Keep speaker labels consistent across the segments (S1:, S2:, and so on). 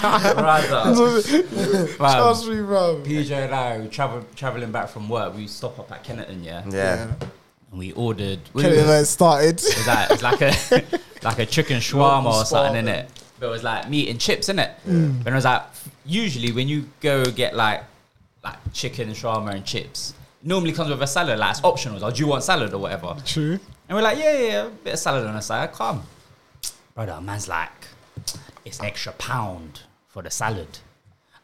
S1: Brother.
S2: Trust me, bro.
S1: PJ and I, travel, traveling back from work, we stop up at Kenneton, yeah?
S3: Yeah.
S1: And we ordered. we
S2: Kelly
S1: was-
S2: and I started.
S1: It's like it's like a like a chicken shawarma or
S2: Shawarma.
S1: something in it. But it was like meat and chips in it. And I was like, usually when you go get like like chicken shawarma and chips, normally comes with a salad. Like it's optional. Like, do you want salad or whatever?
S2: True.
S1: And we're like, yeah, yeah, yeah, a bit of salad on the side. Come, brother. Man's like, it's extra pound for the salad.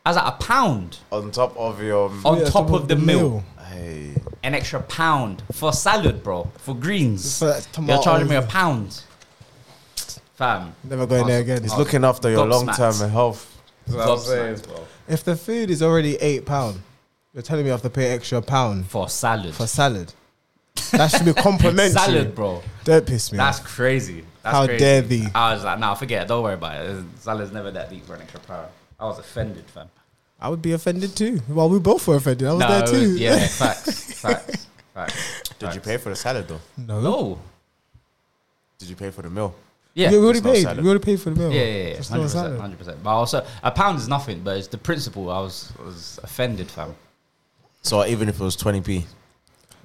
S1: I was like, a pound
S3: On top of your.
S1: on
S2: Yeah,
S1: top of the, meal.
S3: Hey.
S1: an extra pound for salad, bro, for greens.
S2: For
S1: You're charging
S2: tomatoes.
S1: me a pound, fam.
S2: Never going there again.
S3: He's looking after your long
S1: Gobsmacked.
S3: term health.
S2: That's
S1: what I'm saying.
S2: If the food is already eight pound, you're telling me I have to pay extra pound
S1: For salad,
S2: for salad. That should be complimentary.
S1: salad, bro.
S2: Don't piss me.
S1: That's
S2: off.
S1: crazy. That's
S2: How
S1: crazy.
S2: dare thee.
S1: I was like, nah, forget it. Don't worry about it. Salad's never that deep for an extra pound. I was offended, fam.
S2: I would be offended too. Well, we both were offended. I was there
S1: it
S2: too.
S1: was- yeah, facts, facts, facts.
S3: Did you pay for the salad though?
S2: No.
S1: No.
S3: Did you pay for the meal?
S1: Yeah.
S2: we, we already
S3: it's not
S2: paid.
S3: salad.
S2: We already paid for the meal.
S1: Yeah, yeah, yeah,
S2: It's
S1: hundred
S2: not
S1: percent,
S2: salad.
S1: hundred percent. But also, a pound is nothing. But it's the principle. I was, I was offended, fam.
S3: So even if it was 20p.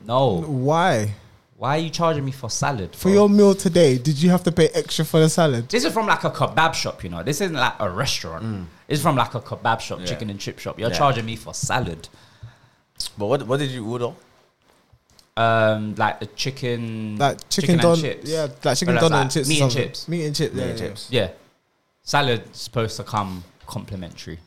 S1: No,
S2: Why?
S1: why are you charging me for salad?
S2: For
S1: bro?
S2: your meal today, did you have to pay extra for the salad?
S1: This is from like a kebab shop, you know. This isn't like a restaurant. It's from like a kebab shop,
S3: Mm. Yeah.
S1: chicken and chip shop. You're
S3: Yeah.
S1: charging me for salad.
S3: But what what did you order?
S1: Um, like the chicken,
S2: Like chicken,
S1: and
S2: don,
S1: chips.
S2: yeah, like chicken
S1: Or
S2: don
S1: like
S2: and chips, or
S1: meat and
S2: something.
S1: chips.
S2: meat and chips, yeah,
S3: Yeah,
S2: yeah.
S3: chips.
S1: Yeah, salad's supposed to come complimentary.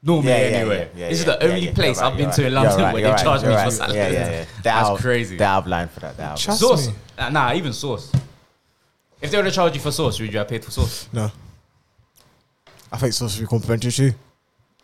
S1: Normally,
S3: Yeah, yeah,
S1: anyway,
S3: yeah, yeah,
S1: this is
S3: yeah,
S1: the
S3: yeah,
S1: only
S3: yeah.
S1: place
S3: You're
S1: I've
S3: right,
S1: been
S3: you're
S1: to in
S3: right.
S1: London
S3: You're right,
S1: where
S3: you're
S1: they charge
S3: right,
S1: me
S3: you're
S1: for
S3: right.
S1: salad.
S3: Yeah, yeah, yeah. They're
S1: That's
S3: out-
S1: crazy.
S3: They're outlined for that. They're out.
S2: Trust
S1: Sauce?
S2: me.
S1: Nah, nah, even sauce. If they would have charged you for sauce, would you have paid for sauce?
S2: No. I think sauce should be complimentary too.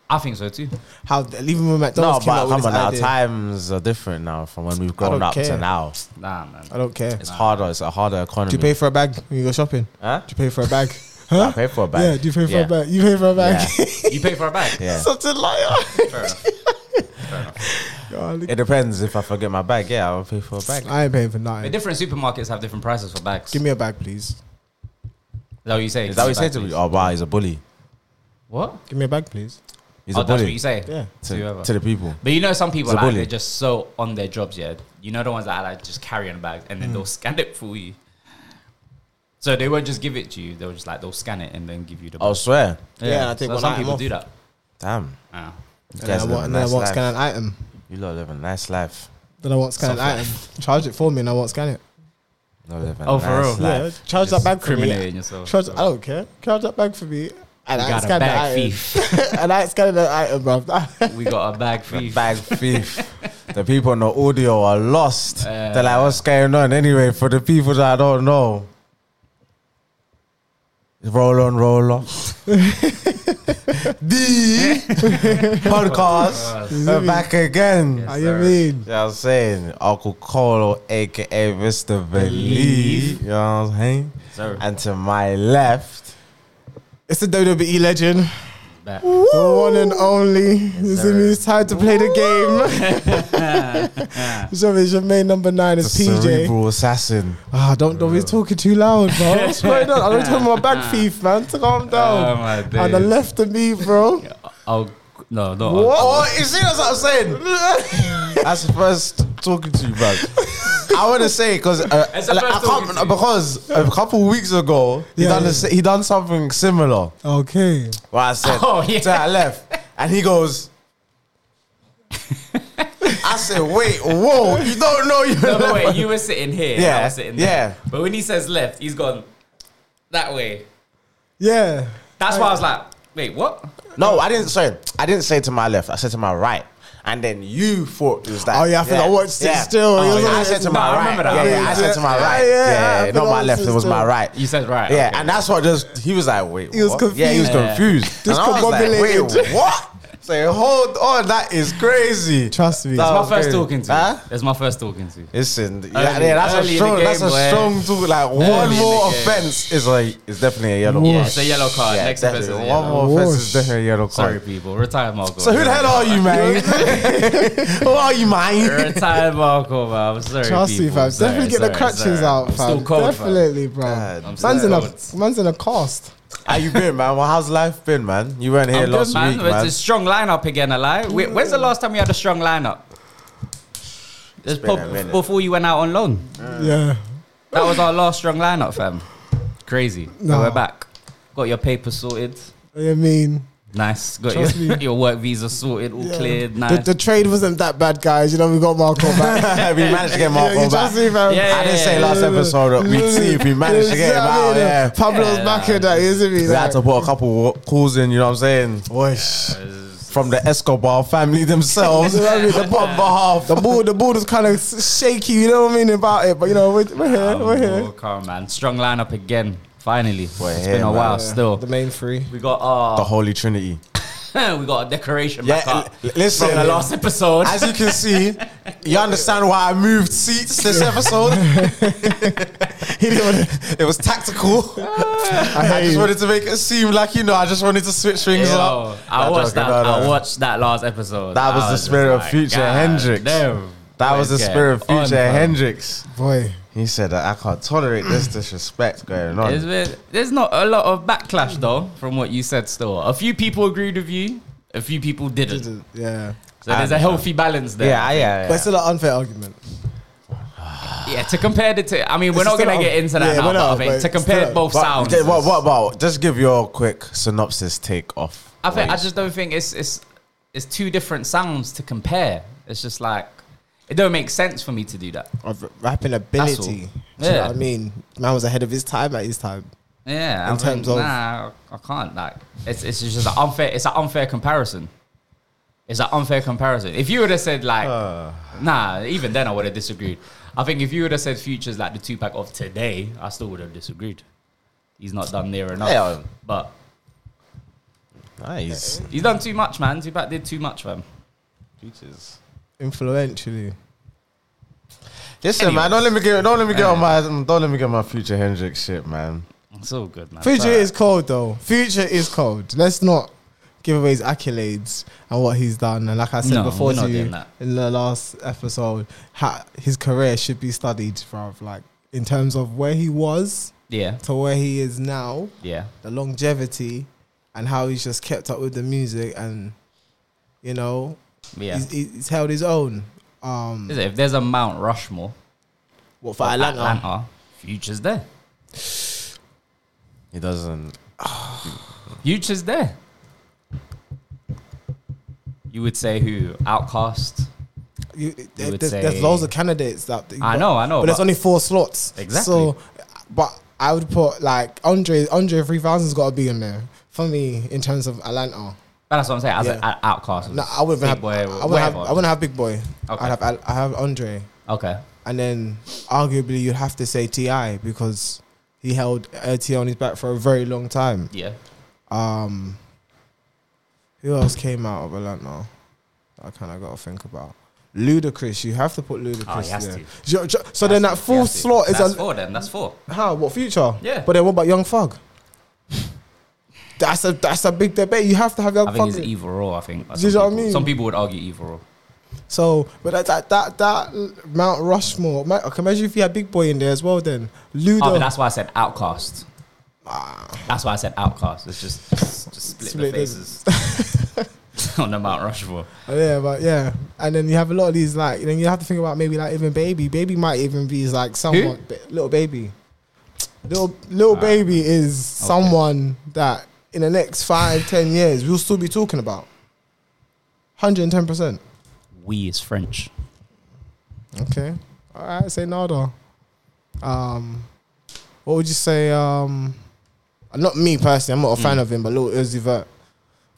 S1: I think so too.
S2: How even when
S3: No,
S2: McDonald's came
S3: but
S2: out with
S3: come
S2: this
S3: on, our
S2: idea,
S3: times are different now from when we've grown
S2: don't
S3: up
S2: care.
S3: to now.
S1: Nah, man.
S2: I don't care.
S3: It's harder. It's a harder economy.
S2: Do you pay for a bag when you go shopping?
S3: Huh?
S2: Do you pay for a bag?
S3: I
S2: Huh?
S3: pay for a bag.
S2: Yeah, do you pay for
S1: Yeah.
S2: a bag? You pay for a bag?
S3: Yeah.
S1: You pay for a bag.
S3: Yeah.
S2: Such a liar.
S1: Fair enough. Fair enough.
S2: God,
S3: It depends if I forget my bag. Yeah, I'll pay for a bag.
S2: I ain't paying for
S1: But
S2: nothing.
S1: different supermarkets have different prices for bags.
S2: Give me a bag, please.
S1: is that what you say?
S3: Is that what you say to me? Oh, wow, he's a bully.
S1: What?
S2: Give me a bag, please.
S3: He's
S1: oh,
S3: a
S1: that's what
S3: bully
S1: you say.
S2: Yeah.
S1: To whoever.
S3: to, to the people.
S1: But you know, some people
S3: He's a
S1: like
S3: bully.
S1: they're just so on their jobs. Yeah, you know the ones that are like just carrying bags and
S3: Hmm.
S1: then they'll scan it for you. So they won't just give it to you. They'll just like they'll scan it and then give you the.
S3: I
S1: Bag.
S3: swear.
S2: Oh, Yeah, I think
S1: so
S2: one
S1: some
S2: item
S1: people
S2: off.
S1: do that.
S3: Damn.
S1: Ah.
S3: You
S2: And I
S3: guys
S2: want,
S3: live a
S2: and then I
S3: nice
S2: want
S3: life.
S2: scan an item.
S3: You lot live a nice life.
S2: Then I want scan an
S1: Something.
S2: item. Charge it for me, and I want scan it.
S3: You lot live a
S1: Oh, for
S3: nice
S1: real?
S3: life.
S2: Yeah, charge that
S1: Just
S2: bag for me.
S1: Criminating yourself.
S2: Charge, I don't care. Charge that bag for me. And
S1: We
S2: I
S1: got a
S2: scan the
S1: bag
S2: item.
S1: thief.
S2: and I scan the item, bruv.
S1: we got a bag
S3: The
S1: thief.
S3: bag thief. the people in the audio are lost.
S1: Uh,
S3: They're like, what's going on? Anyway, for the people that I don't know, roll on, roll on. the podcast. We're back again.
S1: Yes,
S2: How you
S1: sir.
S2: mean?
S3: You know what I'm saying? Uncle Colo, aka Mr. Believe. You know what I'm saying?
S1: Sir.
S3: And to my left,
S2: It's the WWE E legend,
S1: Back.
S2: the one and only. You see me? It's time to play the game. so it's your main number nine
S3: the
S2: is PJ.
S3: cerebral assassin.
S2: Ah, don't don't be talking too loud, bro. What's going on? I'm talking about bag thief, man. To calm
S1: Oh
S2: down.
S1: my
S2: On the
S1: days.
S2: left of me, bro.
S1: Oh no, no.
S3: Oh, you see, that's what I'm saying. That's the first talking to you, man. I want to say because uh,
S1: It's the
S3: like,
S1: first
S3: I
S1: talking to
S3: can't
S1: you.
S3: because a couple weeks ago he
S2: Yeah,
S3: done
S2: yeah.
S3: the sa- he done something similar.
S2: Okay.
S3: What I said
S1: Oh, yeah.
S3: to that left, and he goes. I said, wait, whoa, you don't know you.
S1: No, but wait, you were sitting here. Yeah, I
S3: Yeah,
S1: was sitting there.
S3: yeah.
S1: But when he says left, he's gone that way.
S2: Yeah.
S1: That's why I was like, wait, what?
S3: No, I didn't say. I didn't say to my left. I said to my right. And then you thought it was that.
S2: Oh, yeah, I think I watched it still. It was
S3: yeah,
S2: on
S3: I
S2: the-
S3: said to
S1: No,
S3: my
S1: I
S3: right.
S1: remember that.
S3: Yeah, yeah, I said to my
S2: Yeah,
S3: right.
S2: yeah, I
S3: Yeah, yeah,
S2: think
S3: not
S2: I
S3: my
S2: watched
S3: left. It
S2: it
S3: was my
S2: still.
S3: right.
S1: You said right.
S3: Yeah,
S1: okay.
S3: and that's what just he was like, wait,
S2: He was
S3: what? Yeah, he was
S2: confused.
S3: confused.
S2: Just
S3: and I was like,
S2: combobulated.
S3: wait, what? Say, hold on, that is crazy.
S2: Trust me.
S3: That
S1: That's
S3: was
S1: my first
S3: crazy.
S1: talking to. you.
S3: Huh?
S1: That's my first talking to. you.
S3: Listen, yeah,
S1: Early-
S3: yeah, that's a
S1: early in the
S3: strong,
S1: game,
S3: that's a
S1: boy.
S3: strong tool. Like
S1: Early in
S3: one
S1: the
S3: more
S1: game.
S3: offense is like is definitely a yellow.
S1: Yeah,
S3: card.
S1: it's a yellow card. Next offense is
S3: definitely.
S1: a
S3: One
S1: yellow.
S3: more offense is
S2: Whoosh.
S3: definitely a yellow
S1: Sorry,
S3: card.
S1: people. Retire Marco.
S3: So who the hell are you, man? who are you, man?
S1: Retire Marco, man. I'm sorry.
S2: Trust me,
S1: people.
S2: fam.
S1: Sorry,
S2: Definitely get
S1: sorry,
S2: the crutches
S1: sorry.
S2: out,
S1: I'm
S2: fam.
S1: Still cold, fam.
S2: Definitely, bro.
S3: God,
S2: man's in
S1: cold.
S2: a man's in a cast.
S3: How you been, man? Well, how's life been, man? You weren't here
S1: I'm
S3: last
S1: good, man.
S3: week,
S1: it's
S3: man.
S1: a strong lineup again, alive. Wait, when's the last time we had a strong lineup? It's
S3: been a
S1: prob-
S3: minute.
S1: before you went out on loan.
S2: Yeah.
S1: That was our last strong lineup, fam. Crazy. Now
S2: Nah.
S1: we're back. Got your papers sorted.
S2: I mean,
S1: Nice. Got
S2: Trust
S1: your, your work visa sorted, all
S2: yeah.
S1: cleared.
S2: the,
S1: Nice.
S2: the trade wasn't that bad, guys. You know, we got Marco back.
S3: we managed to get
S2: Yeah,
S3: Marco
S2: you
S3: back.
S2: trust me, fam?
S1: Yeah, yeah,
S3: I didn't
S1: yeah,
S3: say
S1: yeah.
S3: last episode that we'd see if we managed to get him
S2: Yeah, I
S3: out.
S2: mean,
S3: Yeah.
S2: Pablo's
S1: Yeah,
S2: back
S1: nah.
S2: in that, isn't he?
S3: We had to
S2: Like,
S3: put a couple wa- calls in, you know what I'm saying? From the Escobar family themselves.
S2: You know what I mean? The
S3: the bottom half.
S2: the ball, the ball was kind of shaky. You know what I mean about it, but you know we're, we're here,
S1: Oh,
S2: we're here.
S1: come on, man. Strong lineup again. Finally.
S3: We're
S1: it's
S3: here,
S1: been a
S3: man.
S1: while
S3: Yeah.
S1: still.
S2: The main three.
S1: We got our
S3: The Holy Trinity.
S1: we got a decoration
S3: Yeah,
S1: back up
S3: l- listen.
S1: from the last episode.
S3: As you can see, you understand why I moved seats this episode.
S2: He didn't want to.
S3: It was tactical.
S2: I
S3: I
S2: hate
S3: just
S2: you.
S3: wanted to make it seem like you know. I just wanted to switch things
S1: Yo,
S3: up.
S1: I
S3: Nah,
S1: watched that.
S3: joking, no, no.
S1: I watched that last episode.
S3: uh, That was
S1: I
S3: the
S1: just
S3: spirit of Future
S1: "God
S3: Hendrix."
S1: damn,
S3: That was the
S1: boys get
S3: spirit of
S1: on,
S3: future
S1: bro."
S3: Hendrix.
S2: Boy,
S3: He said that I can't tolerate this disrespect going
S1: There's,
S3: on.
S1: been- there's not a lot of backlash though from what you said. Still, a few people agreed with you. A few people didn't.
S2: yeah.
S1: So there's a healthy balance there.
S3: Yeah, yeah,
S2: But
S3: yeah.
S2: it's still an unfair argument.
S1: Yeah, to compare the two, I mean, we're
S2: It's
S1: not
S2: still
S1: gonna
S2: a-
S1: get into that
S2: yeah,
S1: now.
S2: we're
S1: But I
S2: not,
S1: think
S2: but
S1: to compare
S2: still-
S1: both
S3: But
S1: sounds,
S3: th- What, what about? Just give your quick synopsis take off.
S1: I think I
S3: please.
S1: just don't think it's it's it's two different sounds to compare. It's just like it don't make sense for me to do that.
S2: Of rapping ability.
S1: That's all.
S2: Yeah.
S1: Yeah.
S2: I mean, man was ahead of his time at his time.
S1: Yeah,
S2: In
S1: I'm
S2: terms of-
S1: nah, I can't like it's it's just an unfair it's an unfair comparison. It's an unfair comparison. If you would have said like
S2: Uh.
S1: nah, even then I would have disagreed. I think if you would have said futures like the two pack of today, I still would have disagreed. He's not done near enough,
S3: Yeah.
S1: but
S3: nice
S1: he's done too much, man. Two pack did too much for him.
S3: features.
S2: Influentially.
S3: Listen, man. Don't let me get. Don't let me get on my. Don't let me get my future Hendrix shit, man.
S1: It's all good, man.
S2: Future
S1: But-
S2: is cold though. Future is cold. Let's not give away his accolades and what he's done. And like I said
S1: No,
S2: before
S1: we're not
S2: to you
S1: doing that.
S2: in the last episode, ha- his career should be studied from like in terms of where he was
S1: yeah,
S2: to where he is now,
S1: yeah.
S2: the longevity, and how he's just kept up with the music and you know
S1: Yeah.
S2: he's, he's held his own. Um,
S1: Is it- if there's a Mount Rushmore
S2: what
S1: for
S2: for Atlanta?
S1: Atlanta, Future's there.
S3: He doesn't.
S1: Future's there. You would say who? Outcast.
S2: You, there-
S1: would
S2: there's,
S1: say-
S2: there's loads of candidates that
S1: I know, I know,
S2: but, there's
S1: but-
S2: only four slots.
S1: Exactly.
S2: So, but I would put like Andre Andre three thousand's got to be in there for me in terms of Atlanta.
S1: That's what I'm saying. As
S2: Yeah.
S1: an outcast.
S2: No, I wouldn't
S1: Big
S2: have.
S1: boy,
S2: I wouldn't have. I
S1: whatever.
S2: wouldn't have Big Boy.
S1: Okay.
S2: I'd have. Al- I have Andre,
S1: Okay.
S2: and then arguably you'd have to say Ti because he held LT on his back for a very long time.
S1: Yeah.
S2: Um, who else came out of Atlanta? I kind of got to think about. Ludacris, you have to put
S1: Oh, he
S2: Ludacris
S1: has
S2: there.
S1: to.
S2: Jo- jo- so then that fourth slot is
S1: That's
S2: a
S1: four then. That's four.
S2: how what future?
S1: Yeah.
S2: but then what about Young Thug? That's a that's a big debate. You have to have Young
S1: I think
S2: Thug.
S1: it's
S2: in.
S1: either or. I think.
S2: Do
S1: Some
S2: you know what I
S1: people-
S2: mean?
S1: Some people would argue either or.
S2: So, but that that that, that Mount Rushmore. Ma- I can imagine if you had Big Boy in there as well. Then Ludo. Ah.
S1: Oh, but that's why I said outcast. That's why I said outcast. It's just just split,
S2: Split
S1: the
S2: them.
S1: faces on the Mount Rushmore.
S2: Oh, yeah, but yeah, and then you have a lot of these like. Then you have to think about maybe like even baby. Baby might even be like someone. Ba- little baby, little
S3: Ah.
S2: little baby is someone that in the next five ten years we'll still be talking about. Hundred and ten percent.
S1: We is French.
S2: Okay. All right. Say nada. Um, what would you say? Um, not me personally. I'm not a fan of him, but little Uzi Vert.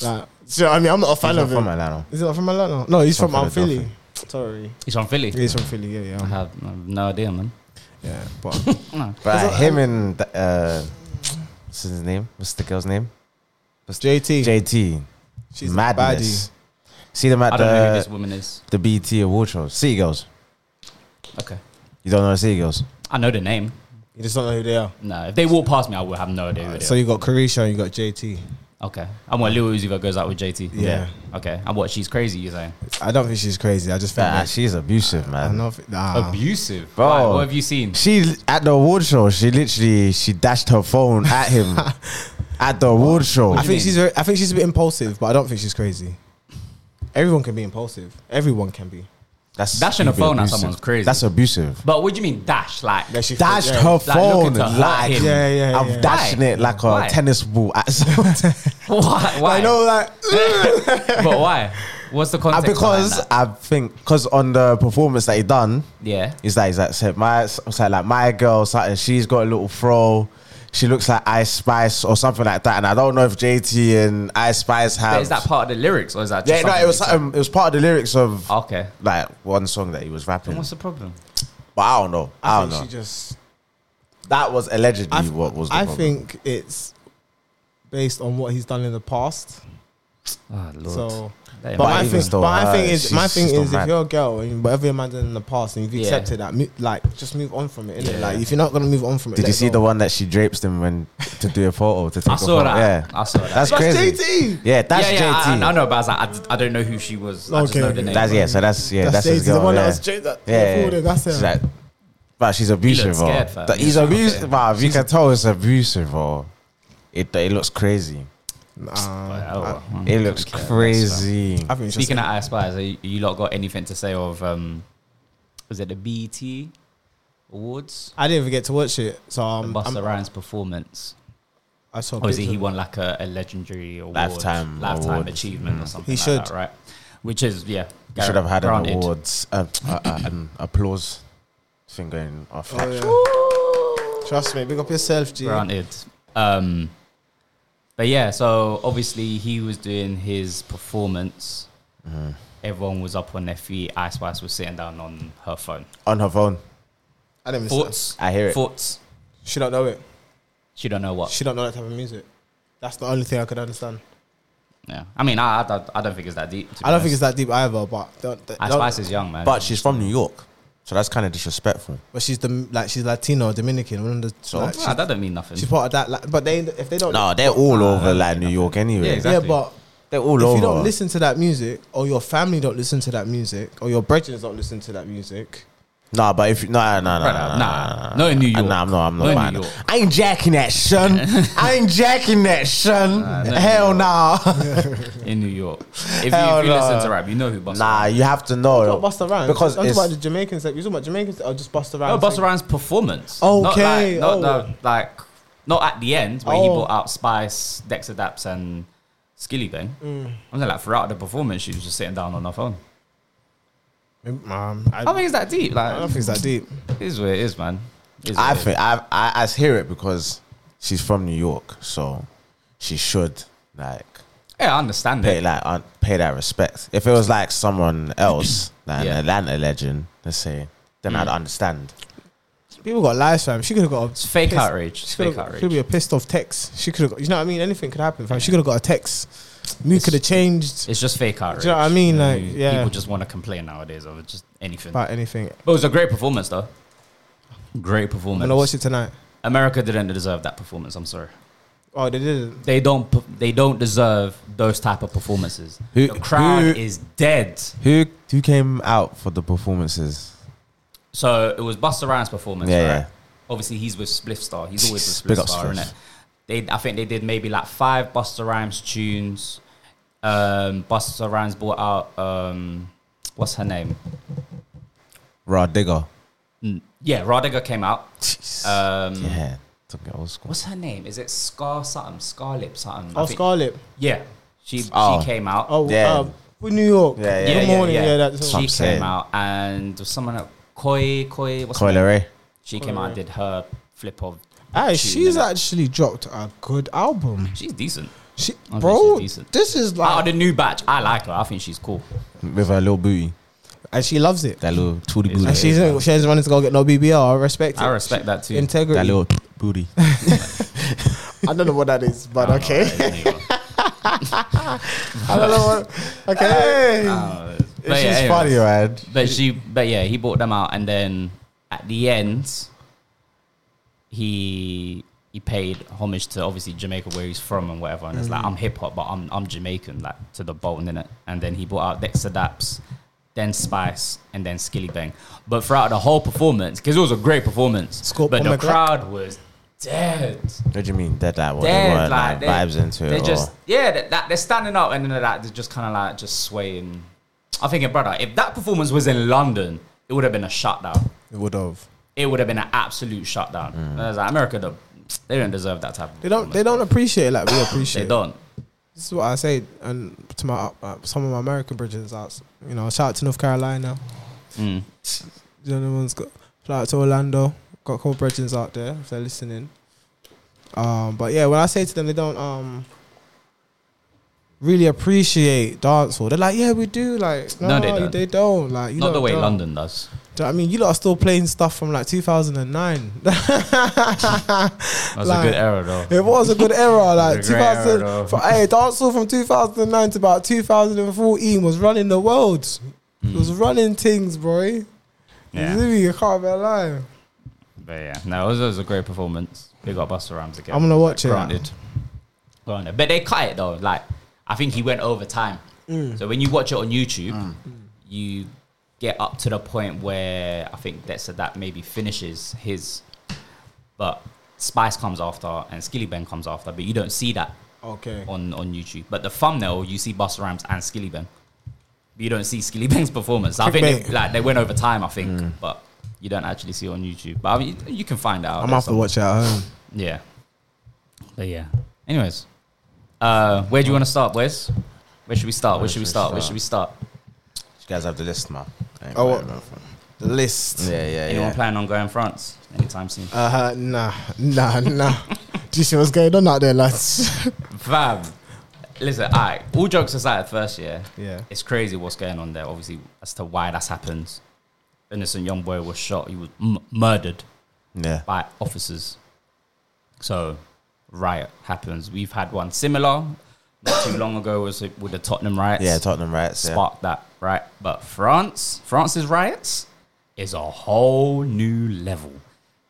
S2: Like, do you know what I mean? I'm not a fan
S3: Mm. He's not
S2: of him.
S3: from Atlanta.
S2: Is he not from Atlanta? No, he's
S3: From
S2: from, um,
S3: Philadelphia.
S2: Philly. Sorry.
S1: He's from Philly.
S2: He's from Philly. Yeah,
S1: I
S2: yeah,
S3: Uh-huh.
S1: have I have no idea, man.
S2: yeah. But
S3: But
S2: Is it-
S3: him and the, uh, what's his name? What's the girl's name?
S2: JT,
S3: JT.
S2: she's
S3: Madness. See them
S1: I
S3: at
S1: don't know who this
S3: the
S1: woman is.
S3: the BT award show. Seagulls.
S1: Okay.
S3: You don't know the Seagulls.
S1: I know the name.
S2: A baddie. You just don't know who they are.
S1: No, if they walk past me, I will have no idea. who they
S2: So you got Carisha and you got JT.
S1: are. okay, I'm what Lil Uzi Vert goes out with JT.
S2: Yeah.
S1: Okay, and what she's crazy. You saying
S2: I don't think she's crazy. I just think
S3: Nah,
S2: that
S3: she's abusive,
S2: I
S3: man.
S2: know. Nah.
S1: abusive?
S3: Bro.
S1: Why? What have you seen?
S3: She at the award show. She literally she dashed her phone at him. at the award show.
S2: I
S1: do
S2: think
S1: you
S2: she's very, I think she's a bit impulsive, but I don't think she's crazy. Everyone can be impulsive. Everyone can be.
S3: That's
S1: Dashing a
S3: stupid
S1: phone at
S3: abusive.
S1: someone's crazy.
S3: That's abusive.
S1: But what do you mean dash? Like
S2: That she
S3: Dashed
S2: yeah.
S3: her
S1: Like,
S3: phone
S1: look at her,
S3: like
S1: him.
S2: Yeah, yeah,
S3: I'm
S2: yeah.
S3: dashing it like a
S1: Why?
S3: tennis ball at someone.
S1: why? Why?
S2: I know that.
S1: but why? What's the
S3: Uh,
S1: context?
S3: because
S1: behind
S3: I think because on the performance that he done,
S1: that? yeah,
S3: is that is that said my so like my girl something she's got a little throw. She looks like Ice Spice or something like that, and I don't know if JT and Ice Spice
S1: But
S3: have.
S1: is that part of the lyrics or is that?
S3: yeah,
S1: Just
S3: no, it was
S1: something
S3: um, it was part of the lyrics of
S1: that- okay.
S3: like one song that he was rapping,
S1: Then what's
S3: but
S1: the problem?
S3: I don't know. I,
S2: I
S3: don't
S2: think
S3: know.
S2: she just.
S3: that was allegedly
S2: I,
S3: what was. The
S2: I
S3: problem.
S2: think it's based on what he's done in the past.
S1: Oh lord.
S2: So,
S1: That
S2: but
S1: might
S2: my
S3: even
S2: thing,
S3: still,
S2: but my
S3: uh,
S2: thing is, my
S3: she's-
S2: thing
S3: she's still
S2: is, if
S3: mad.
S2: you're a girl and whatever your man done in the past and you've
S1: Yeah.
S2: accepted that, mo- like just move on from it. innit?
S1: Yeah.
S2: Like if you're not gonna move on from it,
S3: Did
S2: let
S3: you
S2: it
S3: see
S2: go.
S3: the one that she drapes them when to do a photo to take
S1: I
S3: a
S1: saw
S3: photo?
S1: that.
S3: Yeah,
S1: I saw that.
S3: that's,
S2: That's
S3: crazy.
S2: JT.
S3: Yeah, that's
S1: yeah, yeah, I-
S3: JT.
S1: I, I know, but I was like, I, d- I don't know who she was. I just
S2: Okay.
S1: know the name.
S3: That's yeah. So that's yeah. That's,
S2: That's,
S3: his
S2: JT, the
S3: girl,
S2: one
S3: yeah.
S2: that was J- that,
S3: Yeah,
S2: yeah,
S3: yeah.
S2: that's
S3: She's
S2: him.
S3: like, but she's abusive. He
S1: scared, fam.
S3: He's
S1: Yeah.
S3: abusive. But you can tell it's abusive. Or it it looks crazy.
S2: nah,
S1: Oh, well, I
S3: It
S1: don't
S3: looks
S1: care.
S3: crazy.
S2: I think it's just
S1: Speaking of I Spies, are you, you lot got anything to say of, um, was it the BET Awards?
S2: I didn't even get to watch it, so um,
S1: Buster
S2: I'm,
S1: Ryan's performance.
S2: I saw.
S1: Obviously,
S2: bits
S1: he
S2: of-
S1: won like a, a legendary award,
S3: Lifetime
S1: lifetime
S3: award.
S1: achievement or something.
S2: He
S1: like
S2: should.
S1: that, right? Which is yeah,
S3: We should have had an
S1: granted.
S3: awards, uh, uh, uh, an applause thing going off.
S2: Oh, yeah. Trust me, big up yourself, G.
S1: Granted, um, but yeah. So obviously, he was doing his performance.
S3: Mm-hmm.
S1: Everyone was up on their feet. Ice Spice was sitting down on her phone.
S3: On her phone,
S2: I didn't miss it.
S1: Thoughts?
S3: I hear it.
S1: Thoughts?
S2: She don't know it.
S1: She don't know what.
S2: She don't know that type of music. That's the only thing I could understand.
S1: yeah. I mean, I, I, don't- I don't think it's that deep. to be
S2: I don't think it's
S1: honest.
S2: that deep either, but don't, don't,
S1: Ice Spice is young, man.
S3: but she's from New York, so that's kind of disrespectful.
S2: but she's the like she's Latino, Dominican, one of the
S3: So?
S2: like,
S1: Nah,
S2: she's,
S1: Ah, that don't mean nothing.
S2: she's part of that. Like, but they if they don't,
S3: No, they're all over like New York anyway.
S1: Yeah, exactly.
S2: yeah, but
S3: They're all
S2: if
S3: over.
S2: you don't listen to that music, or your family don't listen to that music, or your brethren don't listen to that music,
S3: Nah, but if you, nah, nah, nah,
S1: Brother,
S3: nah, nah,
S1: nah.
S3: nah,
S1: Not in New York.
S3: Nah, I'm not. I'm not.
S1: Not in
S3: buying
S1: New
S3: it.
S1: York.
S3: I ain't jacking that, son. I ain't jacking that, son.
S1: not in
S3: Hell nah.
S1: in New York. If you,
S3: Hell
S1: if you listen
S3: no.
S1: to rap, you know who Busta.
S3: nah, you have to
S2: not
S3: know
S2: Busta Rhymes.
S3: because
S2: I'm talking about the
S3: it's,
S2: Jamaicans. Like, you're talking about Jamaicans, or just Busta
S1: No,
S2: Rhymes.
S1: Busta Rhymes' performance.
S2: Okay,
S1: Not like, not,
S2: oh.
S1: the- like, not at the end where he
S2: Oh.
S1: brought out Spice, Dexter Daps, and Skilly Bang.
S2: Mm.
S1: I'm saying like throughout the performance, she was just sitting down on her phone.
S2: Um, I,
S1: I don't think it's that deep. Like,
S2: I don't think it's that deep.
S1: it is what it is, man. It is
S3: I
S1: what it is.
S3: think I, I I hear it because she's from New York, so she should like
S1: Yeah, I understand
S3: pay
S1: it.
S3: like un- pay that respect. If it was like someone else, like
S1: Yeah.
S3: an Atlanta legend, let's say, then I'd understand.
S2: People got lives, fam. She could have got a
S1: It's fake
S2: pissed-
S1: outrage. It's
S2: She could
S1: fake
S2: have could
S1: outrage.
S2: be a pissed off text. She could have got. You know what I mean? Anything could happen, fam. She could have got a text. Mood could have changed
S1: It's just fake outrage.
S2: Do you know what I mean?
S1: You
S2: Like,
S1: you-
S2: yeah.
S1: People just want to complain nowadays over just anything. But
S2: about anything.
S1: it was a great performance, though. Great
S2: I'm gonna watch
S1: performance.
S2: it tonight.
S1: America didn't deserve that performance. I'm sorry.
S2: Oh, they didn't.
S1: they don't p- they don't deserve those type of performances.
S3: Who-
S1: the crowd
S3: who-
S1: is dead.
S3: Who who came out for the performances?
S1: So it was Buster Rhymes' performance.
S3: Yeah,
S1: right?
S3: yeah.
S1: Obviously, he's with Spliff Star. He's always
S3: Jeez,
S1: with
S3: big
S1: Spliff
S3: up
S1: Star,
S3: Spliff.
S1: innit? They, I think they did maybe like five Buster Rhymes tunes. Um, Buster Rhymes brought out um, what's her name?
S3: Rod Digger.
S1: Mm, Yeah, Rodiga came out. Um,
S3: yeah, took it old school.
S1: What's her name? Is it Scar something? Scarlip something? I
S2: Oh,
S1: think-
S2: Scarlet.
S1: Yeah, she
S3: Oh.
S1: she came out.
S2: Oh,
S3: Yeah.
S2: uh, with New York.
S3: Yeah, yeah,
S2: Good
S3: yeah,
S2: morning. Yeah, that's
S1: she
S3: Some
S1: came
S3: say.
S1: out and there was someone at Koi Koi. What's her
S3: Coil
S1: name?
S3: Ray.
S1: She came out and did her flip of.
S2: Hey,
S1: She-
S2: she's actually dropped a good album.
S1: She's decent.
S2: She,
S1: think
S2: bro,
S1: she's decent.
S2: this
S1: Out
S2: is
S1: of
S2: like,
S1: the new batch, I like her. I think she's cool.
S3: with her little booty,
S2: and she loves it.
S3: that little tooty booty,
S2: And she's she hasn't wanted to go get no BBL. I respect it.
S1: I respect that too.
S3: that
S2: integrity.
S3: little booty.
S2: I don't know what that is, but okay. I don't know what. Okay.
S1: Uh, but yeah,
S3: she's
S1: anyway.
S3: funny, man.
S1: But she, but yeah, he bought them out, and then at the end, he he paid homage to obviously Jamaica where he's from and whatever, and it's like I'm hip hop, but I'm I'm Jamaican, like to the bone in it. And then he brought out Dexter Daps, then Spice, and then Skilly Bang. But throughout the whole performance, because it was a great performance,
S2: Scoop
S1: but
S2: on
S1: the
S2: my crack.
S1: crowd was dead.
S3: What do you mean? Dead like what? they
S1: Dead,
S3: weren't,
S1: like,
S3: like,
S1: they-
S3: vibes into it.
S1: They're
S3: or-
S1: just yeah, they're, like, they're standing up and then they're like they're just kind of like just swaying. I'm thinking, brother, if that performance was in London, it would have been a shutdown.
S2: It would have. They
S1: It would have been an absolute shutdown. And I was like, America, don't, they don't deserve that type. Of
S2: don't. Mm. They don't appreciate it like we appreciate.
S1: They don't.
S2: This is what I say, and to my uh, some of my American bridges out. You know, shout out to North Carolina.
S1: Mm.
S2: The other one's got shout out to Orlando. Got a couple bridges out there if they're listening. Um, but yeah, when I say to them, they don't um really appreciate dancehall. They're like, yeah, we do. Like, no,
S1: No, they
S2: they
S1: don't.
S2: don't. Like, you
S1: Not the
S2: lot
S1: way
S2: don't.
S1: London does.
S2: Do you know what I mean, you lot are still playing stuff from like 2009.
S1: That was
S2: Like-
S1: a good era though.
S2: It was a good era, like
S1: It was a great era,
S2: 2000.
S1: though.
S2: for, hey, dancehall from 2009 to about 2014 was running the world. It was running things, bro.
S1: Hmm. Yeah.
S2: Really, you can't be alive.
S1: But yeah, no, it was, it was a great performance. Big up Buster Rhymes again.
S2: I'm gonna watch it.
S1: Granted. Granted. But they cut it though. Like, I think he went over time. So when you watch it on YouTube, you get up to the point where I think that said that maybe finishes his, but Spice comes after and Skilly Ben comes after, but you don't see that
S2: Okay.
S1: on, on YouTube. But the thumbnail, you see Buster Rhymes and Skilly Ben. But you don't see Skilly Ben's performance. I think they,
S2: Clickbait.
S1: like they went over time, I think, but you don't actually see it on YouTube. But I mean, you can find out.
S2: I'm
S1: There's
S2: gonna have to watch it at home.
S1: yeah. But yeah. Anyways, uh, where do you want to start, boys? Where should we start? Where should we start? Where should we start?
S3: You guys have the list, man. I ain't
S2: Oh,
S3: playing
S2: what?
S3: nothing.
S2: The list.
S3: Yeah, yeah,
S1: Anyone
S3: yeah.
S1: planning on going France anytime soon?
S2: Uh, nah, nah, nah. Do you see what's going on out there, lads?
S1: Fam, listen, all right. All jokes aside, at first, yeah,
S2: yeah.
S1: it's crazy what's going on there. Obviously, as to why that's happened. Innocent young boy was shot. He was m- murdered.
S3: yeah.
S1: by officers. So, riot happens. We've had one similar not too long ago was it with the Tottenham riots.
S3: Yeah, Tottenham riots. Yeah.
S1: sparked that, right? But France, France's riots is a whole new level.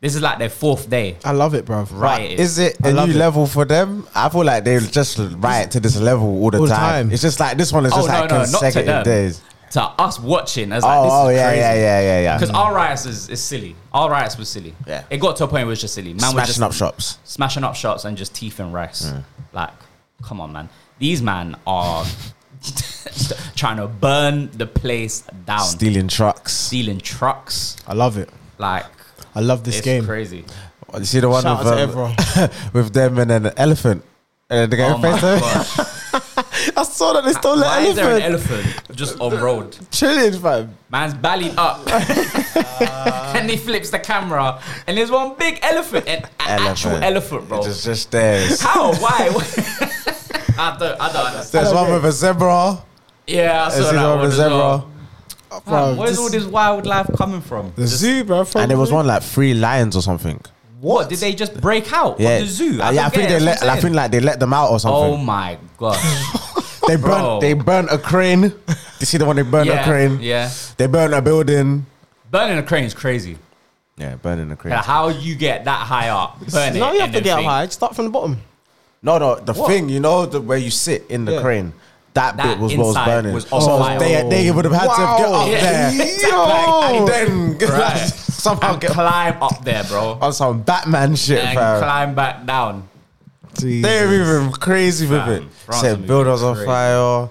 S1: This is like their fourth day.
S2: I love it, bruv.
S1: Right.
S3: Is it
S2: I
S3: a
S2: love
S3: new
S2: it.
S3: level for them? I feel like they just riot to this level all the,
S2: All the
S3: time.
S2: time.
S3: It's just like this one is
S1: Oh,
S3: just
S1: no,
S3: like
S1: no, not to
S3: consecutive
S1: them.
S3: days.
S1: To us watching, as like, this
S3: oh, oh
S1: is
S3: yeah,
S1: crazy. oh,
S3: yeah, yeah, yeah, yeah.
S1: Because our riots is, is silly. Our riots was silly.
S3: Yeah.
S1: It got to a point where it was just silly. Man was
S3: smashing
S1: just
S3: up shops. Mm.
S1: smashing up shots and just teeth and rice. Like, come on, man. These man are trying to burn the place down,
S3: Stealing trucks.
S1: stealing trucks.
S2: I love it.
S1: Like,
S2: I love this
S1: it's
S2: game.
S1: crazy.
S3: You see the one
S2: Shout out to
S3: with, um,
S2: everyone.
S3: with them and an elephant. Uh, And they go
S1: Oh my
S3: face to-
S1: gosh.
S2: I saw that they stole the
S1: Why is there an
S2: elephant.
S1: elephant just on road?
S2: Chilling, fam.
S1: Man's bellied up,
S3: Uh.
S1: and he flips the camera, and there's one big elephant, an a- actual
S3: Elephant.
S1: elephant, bro.
S3: Just, just there.
S1: How? Why? I don't. I don't understand.
S3: There's one
S2: Okay.
S3: with a zebra.
S1: Yeah, I saw
S3: There's
S1: that
S3: one
S1: one
S3: with a
S1: as well.
S3: zebra.
S1: Man,
S2: Bruv,
S1: where's all this wildlife coming from?
S2: The zoo, bro.
S3: And there was one like three lions or something.
S1: What did they just break out
S3: Yeah,
S1: of the zoo?
S3: Uh, yeah, I
S1: don't get
S3: think they
S1: it,
S3: let.
S1: that's what I'm
S3: I think
S1: saying.
S3: like they let them out or
S1: Oh
S3: something.
S1: my gosh!
S3: they
S1: bro.
S3: burnt. They burnt a crane. Did you see the one they burnt
S1: yeah,
S3: a crane?
S1: yeah.
S3: They burnt a building.
S1: Burning a crane is crazy.
S3: Yeah, burning a crane.
S1: Like, how you get that high up? Burn it
S2: No, you have
S1: and then
S2: to get up
S1: think,
S2: high. Start from the bottom.
S3: No, no, the
S1: What?
S3: thing you know the, where you sit in the
S2: Yeah.
S3: crane. That,
S1: That
S3: bit was what was
S1: inside
S3: burning.
S1: was on
S3: so
S1: fire.
S3: they, they would have had to get
S2: Wow.
S3: up
S1: Yeah.
S3: there
S2: Yo.
S3: and then
S1: Right.
S3: somehow
S1: And
S3: get
S1: climb up there, bro,
S3: on some Batman shit,
S1: and
S3: fam.
S1: climb back down.
S3: They're even crazy with
S1: Fam,
S3: it.
S1: France are
S3: Said
S1: moving
S3: builders on
S1: crazy.
S3: fire.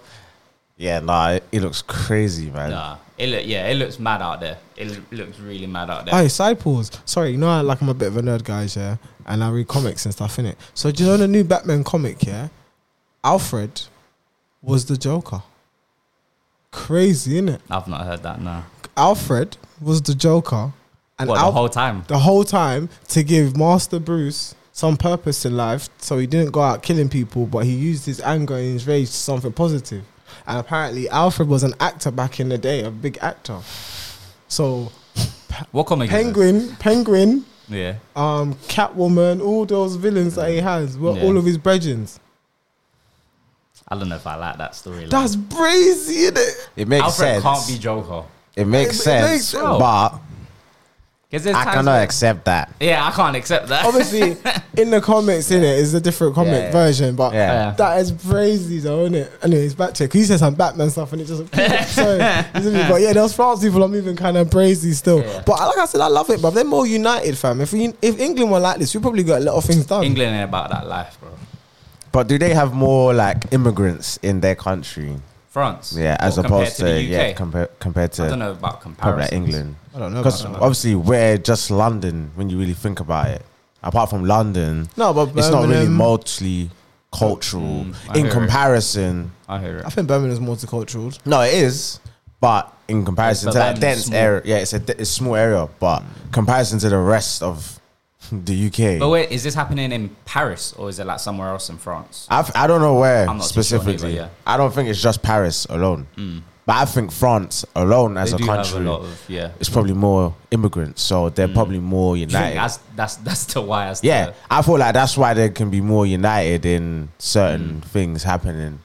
S3: Yeah, nah, it, it looks crazy, man.
S1: Nah, it look, yeah, it looks mad out there. It lo- looks really mad out there.
S2: Oh, side pause. Sorry, you know, I, like I'm a bit of a nerd, guys, yeah, and I read comics and stuff in it. So, do you know the new Batman comic? Yeah, Alfred was the Joker. Crazy, innit?
S1: I've not heard that. Nah,
S2: Alfred was the Joker, and
S1: what
S2: Al-
S1: the whole time?
S2: the whole time to give Master Bruce some purpose in life, so he didn't go out killing people, but he used his anger and his rage to something positive. And apparently, Alfred was an actor back in the day, a big actor. So,
S1: What comic? is this?
S2: Penguin, Penguin.
S1: Yeah.
S2: um, Catwoman, all those villains that he has were
S1: Yeah.
S2: all of his brethrens.
S1: I don't know if I like that story.
S2: That's brazy, innit?
S3: It makes
S1: Alfred
S3: sense.
S1: can't be Joker.
S3: it makes
S2: It- it
S3: sense,
S2: makes-
S1: Bro.
S3: but
S1: Because there's
S3: I
S1: times
S3: cannot
S1: where-
S3: accept that.
S1: Yeah, I can't accept that.
S2: Obviously, in the comments, in it is a different comic
S1: Yeah, yeah.
S2: version, but
S3: Yeah.
S2: that is crazy, though, isn't it? Anyways, back to it. 'cause you said some Batman stuff, and it just so. But yeah, those France people are moving kind of crazy still.
S1: Yeah.
S2: But like I said, I love it, but they're more united, fam. If we, if England were like this, we probably got a lot of things done.
S1: England ain't about that life, bro.
S3: But do they have more like immigrants in their country?
S1: France.
S3: Yeah, as
S1: Well, compared
S3: opposed to,
S1: the
S3: yeah,
S1: UK.
S3: compared compared
S1: I don't
S3: to
S1: know about
S3: probably
S1: comparison.
S3: like England.
S4: I don't know.
S3: Because
S4: about that.
S3: obviously we're just London when you really think about it. Apart from London,
S2: No, but
S3: it's not really
S2: Birmingham-
S3: multi cultural
S1: Mm, I
S3: in
S1: hear it.
S3: comparison.
S1: I hear
S2: I
S1: it.
S2: think Birmingham's multicultural.
S3: No, it is, but in comparison
S1: But
S3: to that
S1: London's
S3: dense
S1: small.
S3: area, yeah, it's a d- it's small area, but comparison to the rest of the UK,
S1: But wait, is this happening in Paris or is it like somewhere else in France?
S3: I've, I don't know where
S1: I'm not too sure neither,
S3: specifically.
S1: yeah. Mm.
S3: I don't think it's just Paris alone, but I think France alone as
S1: they
S3: a
S1: do
S3: country,
S1: have a lot of yeah.
S3: it's probably more immigrants, so they're probably more
S1: You think
S3: united.
S1: that's that's that's the why. As
S3: yeah,
S1: to-
S3: I feel like that's why they can be more united in certain
S1: Mm.
S3: things happening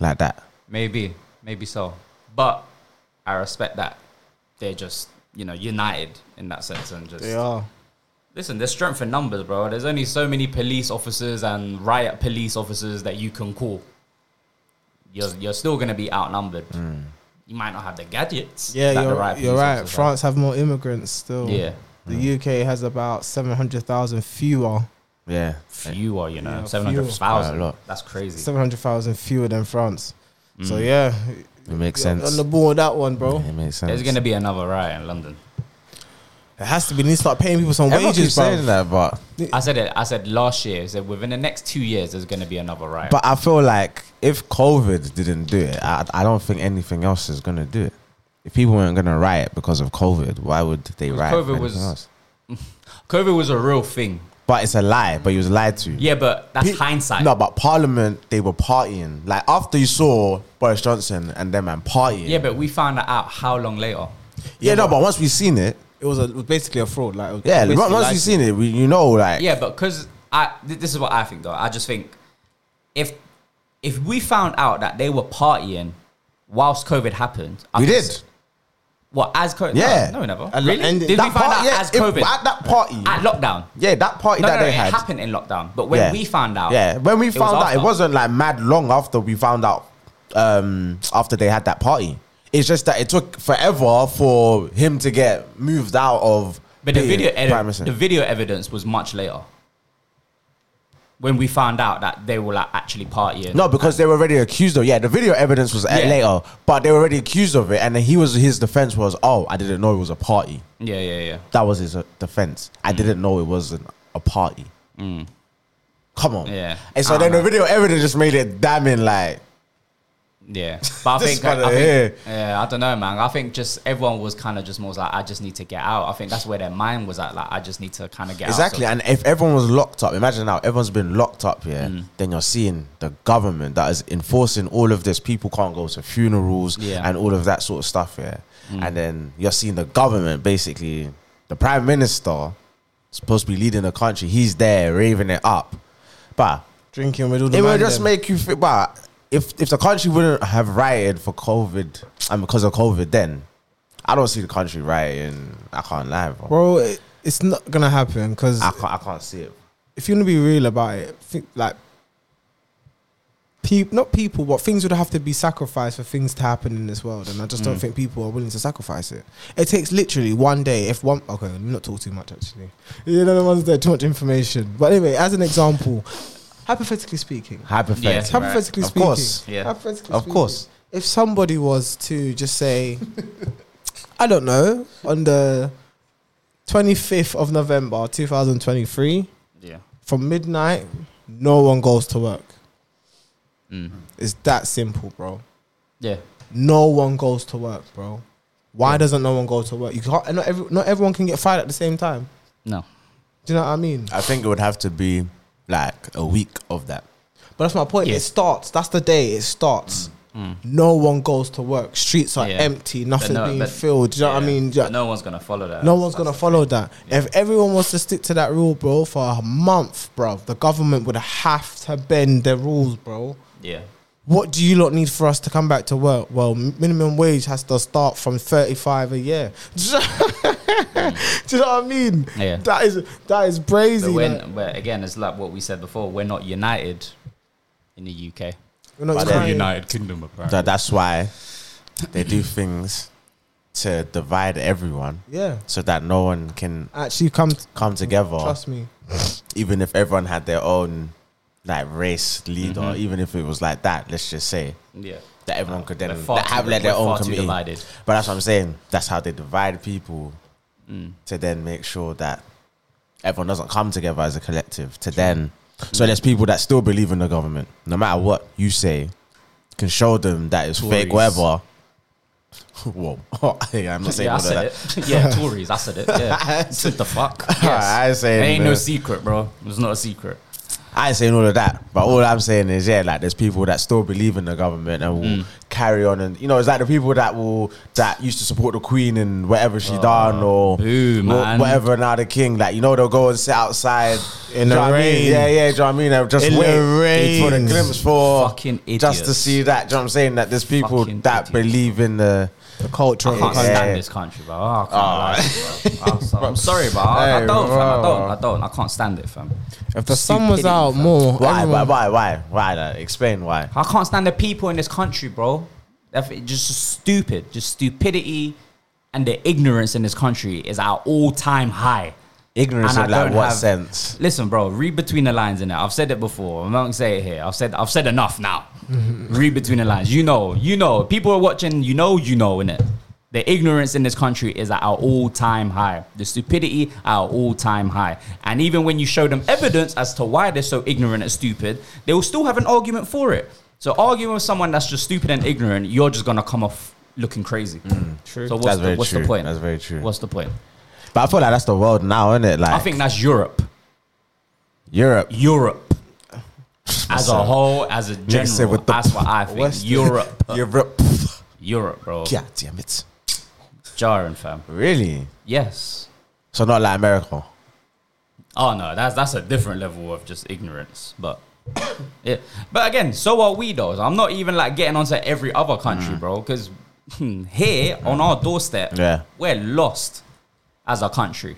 S3: like that.
S1: maybe maybe so, but I respect that they're just you know united in that sense and just
S2: They are.
S1: listen. There's strength in numbers, bro. There's only so many police officers and riot police officers that you can call. You're you're still gonna be outnumbered.
S3: Mm.
S1: You might not have the gadgets.
S2: Yeah,
S1: that the
S2: you're,
S1: riot
S2: you're
S1: police
S2: right.
S1: officers have.
S2: France have more immigrants still.
S1: Yeah.
S2: The UK has about 700,000 fewer,
S3: Yeah,
S1: fewer, you know,
S2: Yeah,
S1: seven
S2: fewer.
S1: hundred
S3: Quite a
S1: thousand.
S3: lot.
S1: That's crazy.
S2: 700,000 fewer than France. So yeah,
S3: it makes
S2: you're
S3: sense.
S2: on the ball with that one, bro.
S3: It makes sense.
S1: There's gonna be another riot in London.
S2: It has to be. They need to start paying people some
S3: Everyone
S2: wages,
S3: keeps
S2: bro.
S3: saying that, but
S1: I said it. I said last year. I said within the next two years, there's gonna be another riot.
S3: but I feel like if COVID didn't do it, I, I don't think anything else is gonna do it. If people weren't gonna riot because of COVID, why would they
S1: Because
S3: riot? for
S1: COVID
S3: anything
S1: was-
S3: else?
S1: COVID was a real thing.
S3: but it's a lie. But he was lied to.
S1: Yeah, but that's
S3: Pe-
S1: hindsight.
S3: No, but Parliament they were partying. Like after you saw Boris Johnson and them man partying.
S1: Yeah, but we found that out how long later?
S3: yeah, no, but once we seen it,
S2: It was, a, it was basically a fraud. Like it was
S3: yeah,
S2: basically
S3: once
S2: like-
S3: we seen it, we, you know, like
S1: Yeah, but because I th- this is what I think though. I just think if if we found out that they were partying whilst COVID happened, I
S3: we
S1: think
S3: did.
S1: so- What as COVID?
S3: Yeah,
S1: no, we never.
S3: And
S1: Really?
S3: and
S1: Did we
S3: that
S1: find
S3: part-
S1: out
S3: yeah,
S1: as
S3: if-
S1: COVID
S3: at that party?
S1: at lockdown?
S3: yeah, that party
S1: No,
S3: that
S1: no, no,
S3: they
S1: it
S3: had.
S1: happened in lockdown. But when
S3: Yeah.
S1: we found out,
S3: Yeah, when we found out,
S1: after.
S3: it wasn't like mad long after we found out um, after they had that party. It's just that it took forever for him to get moved out of.
S1: But the
S3: being
S1: video,
S3: prime
S1: ev-
S3: minister.
S1: the video evidence was much later when we found out that they were like actually partying.
S3: no, because they were already accused of. Yeah, the video evidence was uh
S1: Yeah.
S3: later, but they were already accused of it, and then he was his defense was, "Oh, I didn't know it was a party."
S1: Yeah, yeah, yeah.
S3: That was his uh, defense. I
S1: Mm.
S3: didn't know it wasn't a party. Come on,
S1: Yeah.
S3: And so
S1: I
S3: then
S1: don't
S3: the video evidence just made it damning like.
S1: Yeah, but I
S3: This
S1: think,
S3: fella
S1: I think
S3: here.
S1: yeah, I don't know, man. I think just everyone was kind of just more like, I just need to get out. I think that's where their mind was at. Like, I just need to kind of get
S3: Exactly.
S1: out.
S3: And if everyone was locked up, imagine now everyone's been locked up here,
S1: Mm.
S3: then you're seeing the government that is enforcing all of this. People can't go to funerals
S1: Yeah. Mm.
S3: and all of that sort of stuff here. And then you're seeing the government basically, the prime minister, supposed to be leading the country, he's there raving it up. But
S2: drinking with all the
S3: it
S2: man
S3: would just
S2: them.
S3: make you feel. But if if the country wouldn't have rioted for COVID and because of COVID, then I don't see the country rioting. I can't lie, bro.
S2: bro. It, it's not gonna happen because
S3: I can't. I can't see it.
S2: if you want to be real about it, think like people, not people, but things would have to be sacrificed for things to happen in this world, and I just
S3: Mm.
S2: don't think people are willing to sacrifice it. It takes literally one day. If one, okay, let me not talk too much actually. You know, the ones there too much information. But anyway, as an example, hypothetically speaking,
S3: Hypothetically.
S1: Yeah. Right.
S2: hypothetically
S3: Of
S2: speaking,
S3: course.
S1: Yeah.
S2: hypothetically
S3: Of
S2: speaking,
S3: course.
S2: if somebody was to just say, I don't know, on the 25th of November 2023,
S1: Yeah,
S2: from midnight, no one goes to work.
S1: Mm.
S2: It's that simple, bro.
S1: yeah.
S2: No one goes to work, bro. Why doesn't no one go to work? You can't. and Not, every, not everyone can get fired at the same time.
S1: No,
S2: Do you know what I mean?
S3: I think it would have to be like a week of that.
S2: But that's my point.
S1: Yeah. Mm.
S2: It starts. That's the day. It starts. No one goes to work. Streets are
S1: Yeah.
S2: empty.
S1: But
S2: Nothing
S1: no-
S2: being
S1: but-
S2: filled. Do you know what I
S1: yeah.
S2: mean? Do you-
S1: But no one's gonna follow that.
S2: No one's gonna follow that. If everyone was to stick to that rule, bro, for a month, bro, the government would have to bend their rules, bro.
S1: Yeah,
S2: What do you lot need for us to come back to work? Well, m- minimum wage has to start from thirty-five a year. Do you know Do you know what I mean?
S1: Yeah.
S2: That is that is brazy.
S1: But
S2: like,
S1: when, but again, it's like what we said before. We're not united in the UK.
S2: we're not
S3: But
S2: crying.
S1: United Kingdom, apparently.
S3: That, that's why they do things to divide everyone
S2: Yeah.
S3: so that no one can
S2: Actually, come
S3: come together.
S2: trust me.
S3: Even if everyone had their own like race leader,
S2: Mm-hmm.
S3: even if it was like that, let's just say
S1: Yeah.
S3: that everyone could then
S1: We're far
S3: that
S1: too-
S3: have like their
S1: we're
S3: own
S1: far too
S3: committee. But
S1: divided.
S3: that's what I'm saying. That's how they divide people
S1: Mm.
S3: to then make sure that everyone doesn't come together as a collective. To then,
S1: Mm.
S3: so there's people that still believe in the government, no matter what you say. Can show them that it's fake,
S1: Tories.
S3: whatever. Whoa, yeah, I'm not saying
S1: Yeah, I
S3: all of
S1: said
S3: that.
S1: it. Yeah, Tories. I said it. Yeah. what the fuck? Yes.
S3: I say
S1: It ain't no
S3: the-
S1: secret, bro. It's not a secret.
S3: I ain't saying all of that, but all I'm saying is, yeah, like there's people that still believe in the government and will
S1: Mm.
S3: carry on, and you know, it's like the people that will that used to support the Queen and whatever she done or
S1: Oh, boo,
S3: wh-
S1: man.
S3: whatever now the King, like you know, they'll go and sit outside
S2: In the
S3: do you know what I mean?
S2: rain.
S3: yeah, yeah, do you know what I mean? They'll just
S2: In the
S3: wait for the
S2: rain.
S3: glimpse for
S1: Fucking
S3: just to
S1: idiots.
S3: see that. Do you know what I'm saying? That there's people
S1: Fucking idiots.
S3: that believe in the
S2: The culture.
S1: I
S2: of the
S1: can't
S3: Yeah. Ah.
S2: country.
S1: stand this country, bro. Oh, I can't lie, bro. I'm, so, I'm sorry, bro. I, I
S3: Hey,
S1: don't, fam. I don't. I
S3: bro.
S1: don't. I can't stand it, fam.
S2: If the sun was
S1: Stupidity,
S2: out
S1: fam.
S2: more,
S3: why, why,
S2: everyone-
S3: why, why, why? Like, explain why.
S1: I can't stand the people in this country, bro. That f- Just stupid. Just stupidity and the ignorance in this country is our all-time high.
S3: Ignorance
S1: And
S3: in
S1: I
S3: like
S1: don't
S3: what
S1: have-
S3: sense?
S1: Listen, bro, read between the lines in it. I've said it before. I'm not gonna say it here. I've said I've said enough now. read between the lines. You know, you know. People are watching, you know, you know, in it. The ignorance in this country is at our all-time high. The stupidity at our all-time high. And even when you show them evidence as to why they're so ignorant and stupid, they will still have an argument for it. So arguing with someone that's just stupid and ignorant, you're just gonna come off looking crazy. True. So what's,
S3: That's
S1: the,
S3: very
S1: what's
S3: Mm. true.
S1: the point?
S3: That's very true.
S1: What's the point?
S3: But I feel like that's the world now, isn't it? Like
S1: I think that's Europe.
S3: Europe.
S1: Europe as a
S3: Myself.
S1: whole, as a
S3: Nigga said
S1: general.
S3: with the
S1: that's what I think.
S3: West-
S1: Europe,
S3: Europe.
S1: Europe, bro.
S3: God damn it.
S1: Jarring, fam.
S3: Really?
S1: Yes.
S3: So not like America.
S1: Oh no, that's that's a different level of just ignorance, but. Yeah. But again, so are we though. I'm not even like getting onto every other
S3: Mm.
S1: country, bro, because here on our doorstep,
S3: Yeah.
S1: we're lost as a country.